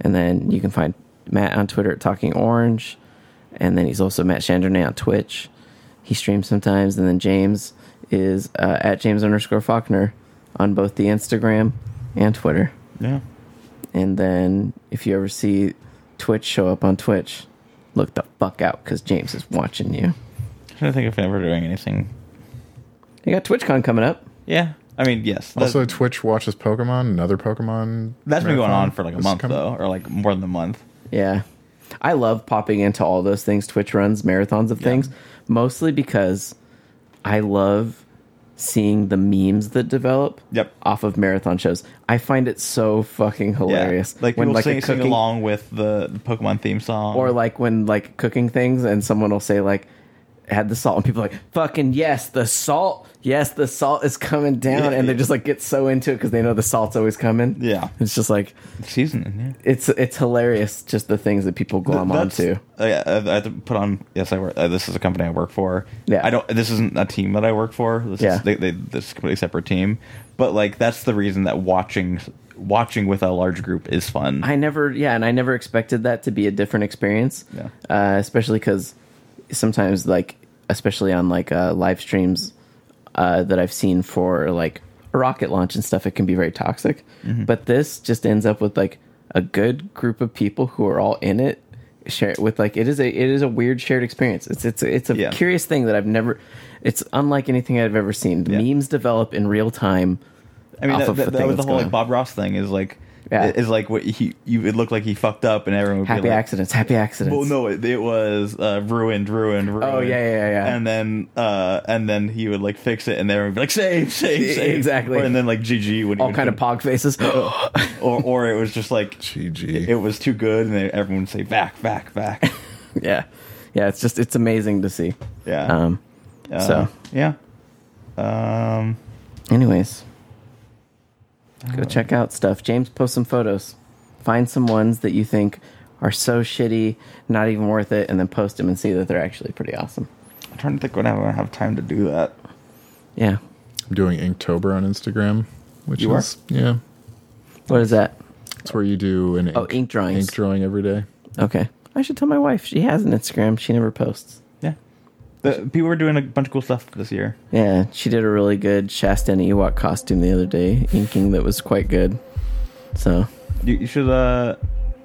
And then you can find Matt on Twitter at Talking Orange. And then he's also Matt Chandernay on Twitch. He streams sometimes. And then James is uh, at James underscore Faulkner on both the Instagram and Twitter.
Yeah.
And then if you ever see Twitch show up on Twitch, look the fuck out because James is watching you.
I'm trying to think if I'm ever doing anything.
You got TwitchCon coming up.
Yeah. I mean, yes. That's,
Also, Twitch watches Pokemon, another Pokemon.
that's been going
marathon
on for like a
is
month
coming-
though, or like more than a month.
Yeah. I love popping into all those things, Twitch runs, marathons of things, mostly because I love seeing the memes that develop
Yep.
off of marathon shows. I find it so fucking hilarious.
Yeah. Like people
a
sing, sing
cooking-
along with the, the Pokemon theme song.
or like when like cooking things and someone will say like had the salt and people are like fucking yes the salt yes the salt is coming down
Yeah,
and they
yeah.
just like get so into it because they know the salt's always coming
Yeah.
it's just like
season. Yeah.
it's it's hilarious just the things that people glom
That's-
onto
uh, yeah, I I have to put on. Yes, I work. Uh, this is a company I work for.
Yeah.
I don't. This isn't a team that I work for. This
Yeah.
is they, they, this is a completely separate team. But like, that's the reason that watching watching with a large group is fun.
I never, yeah, and I never expected that to be a different experience.
Yeah.
Uh, especially because sometimes, like, especially on like uh, live streams uh, that I've seen for like rocket launch and stuff, it can be very toxic. But this just ends up with like a good group of people who are all in it. Share it with like it is a it is a weird shared experience. It's it's it's a
Yeah.
curious thing that I've never. It's unlike anything I've ever seen.
Yeah.
Memes develop in real time.
I mean,
off
that,
of
that,
the
that
thing
was the
that's
whole like
going
Bob Ross thing. Is like
Yeah.
It- it's like what he you, it looked like he fucked up and everyone would
Happy
be like,
accidents. Happy accidents.
Well, no, it, it was uh, ruined, ruined, ruined.
Oh, yeah, yeah, yeah.
And then, uh, and then he would like fix it, and they would be like, save, save,
Yeah,
save.
E-, exactly.
Or- and then like GG would
all
even
kind of
come-
pog faces.
or or it was just like
GG.
it was too good, and they, everyone would say back, back, back.
yeah, yeah. It's just it's amazing to see.
Yeah.
Um.
Uh,
so,
yeah. Um.
anyways, go check out stuff. James, post some photos. Find some ones that you think are so shitty, not even worth it, and then post them and see that they're actually pretty awesome.
I'm trying to think when I'm gonna have time to do that.
Yeah.
I'm doing Inktober on Instagram, which
You are?
is yeah,
What is that?
it's where you do an ink,
Oh, ink drawings.
ink drawing every day.
Okay. I should tell my wife. She has an Instagram. She never posts.
Yeah. The, people were doing a bunch of cool stuff this year.
Yeah, she did a really good Shasta and Ewok costume the other day, inking that was quite good. So,
You, you should. Uh,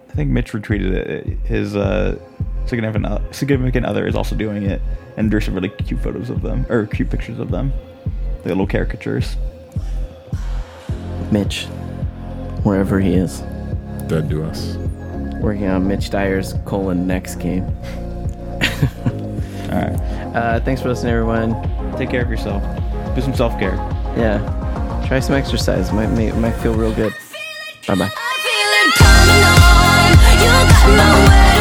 I think Mitch retweeted it. His uh, significant o- significant other is also doing it, and there's some really cute photos of them or cute pictures of them, the little caricatures.
Mitch, wherever he is,
Dead to us.
working on Mitch Dyer's colon next game.
All right.
Uh, thanks for listening, everyone.
Take care of yourself. Do some self care.
Yeah, try some exercise. Might might, might feel real good. Bye bye.
I feel it coming on. You got my way.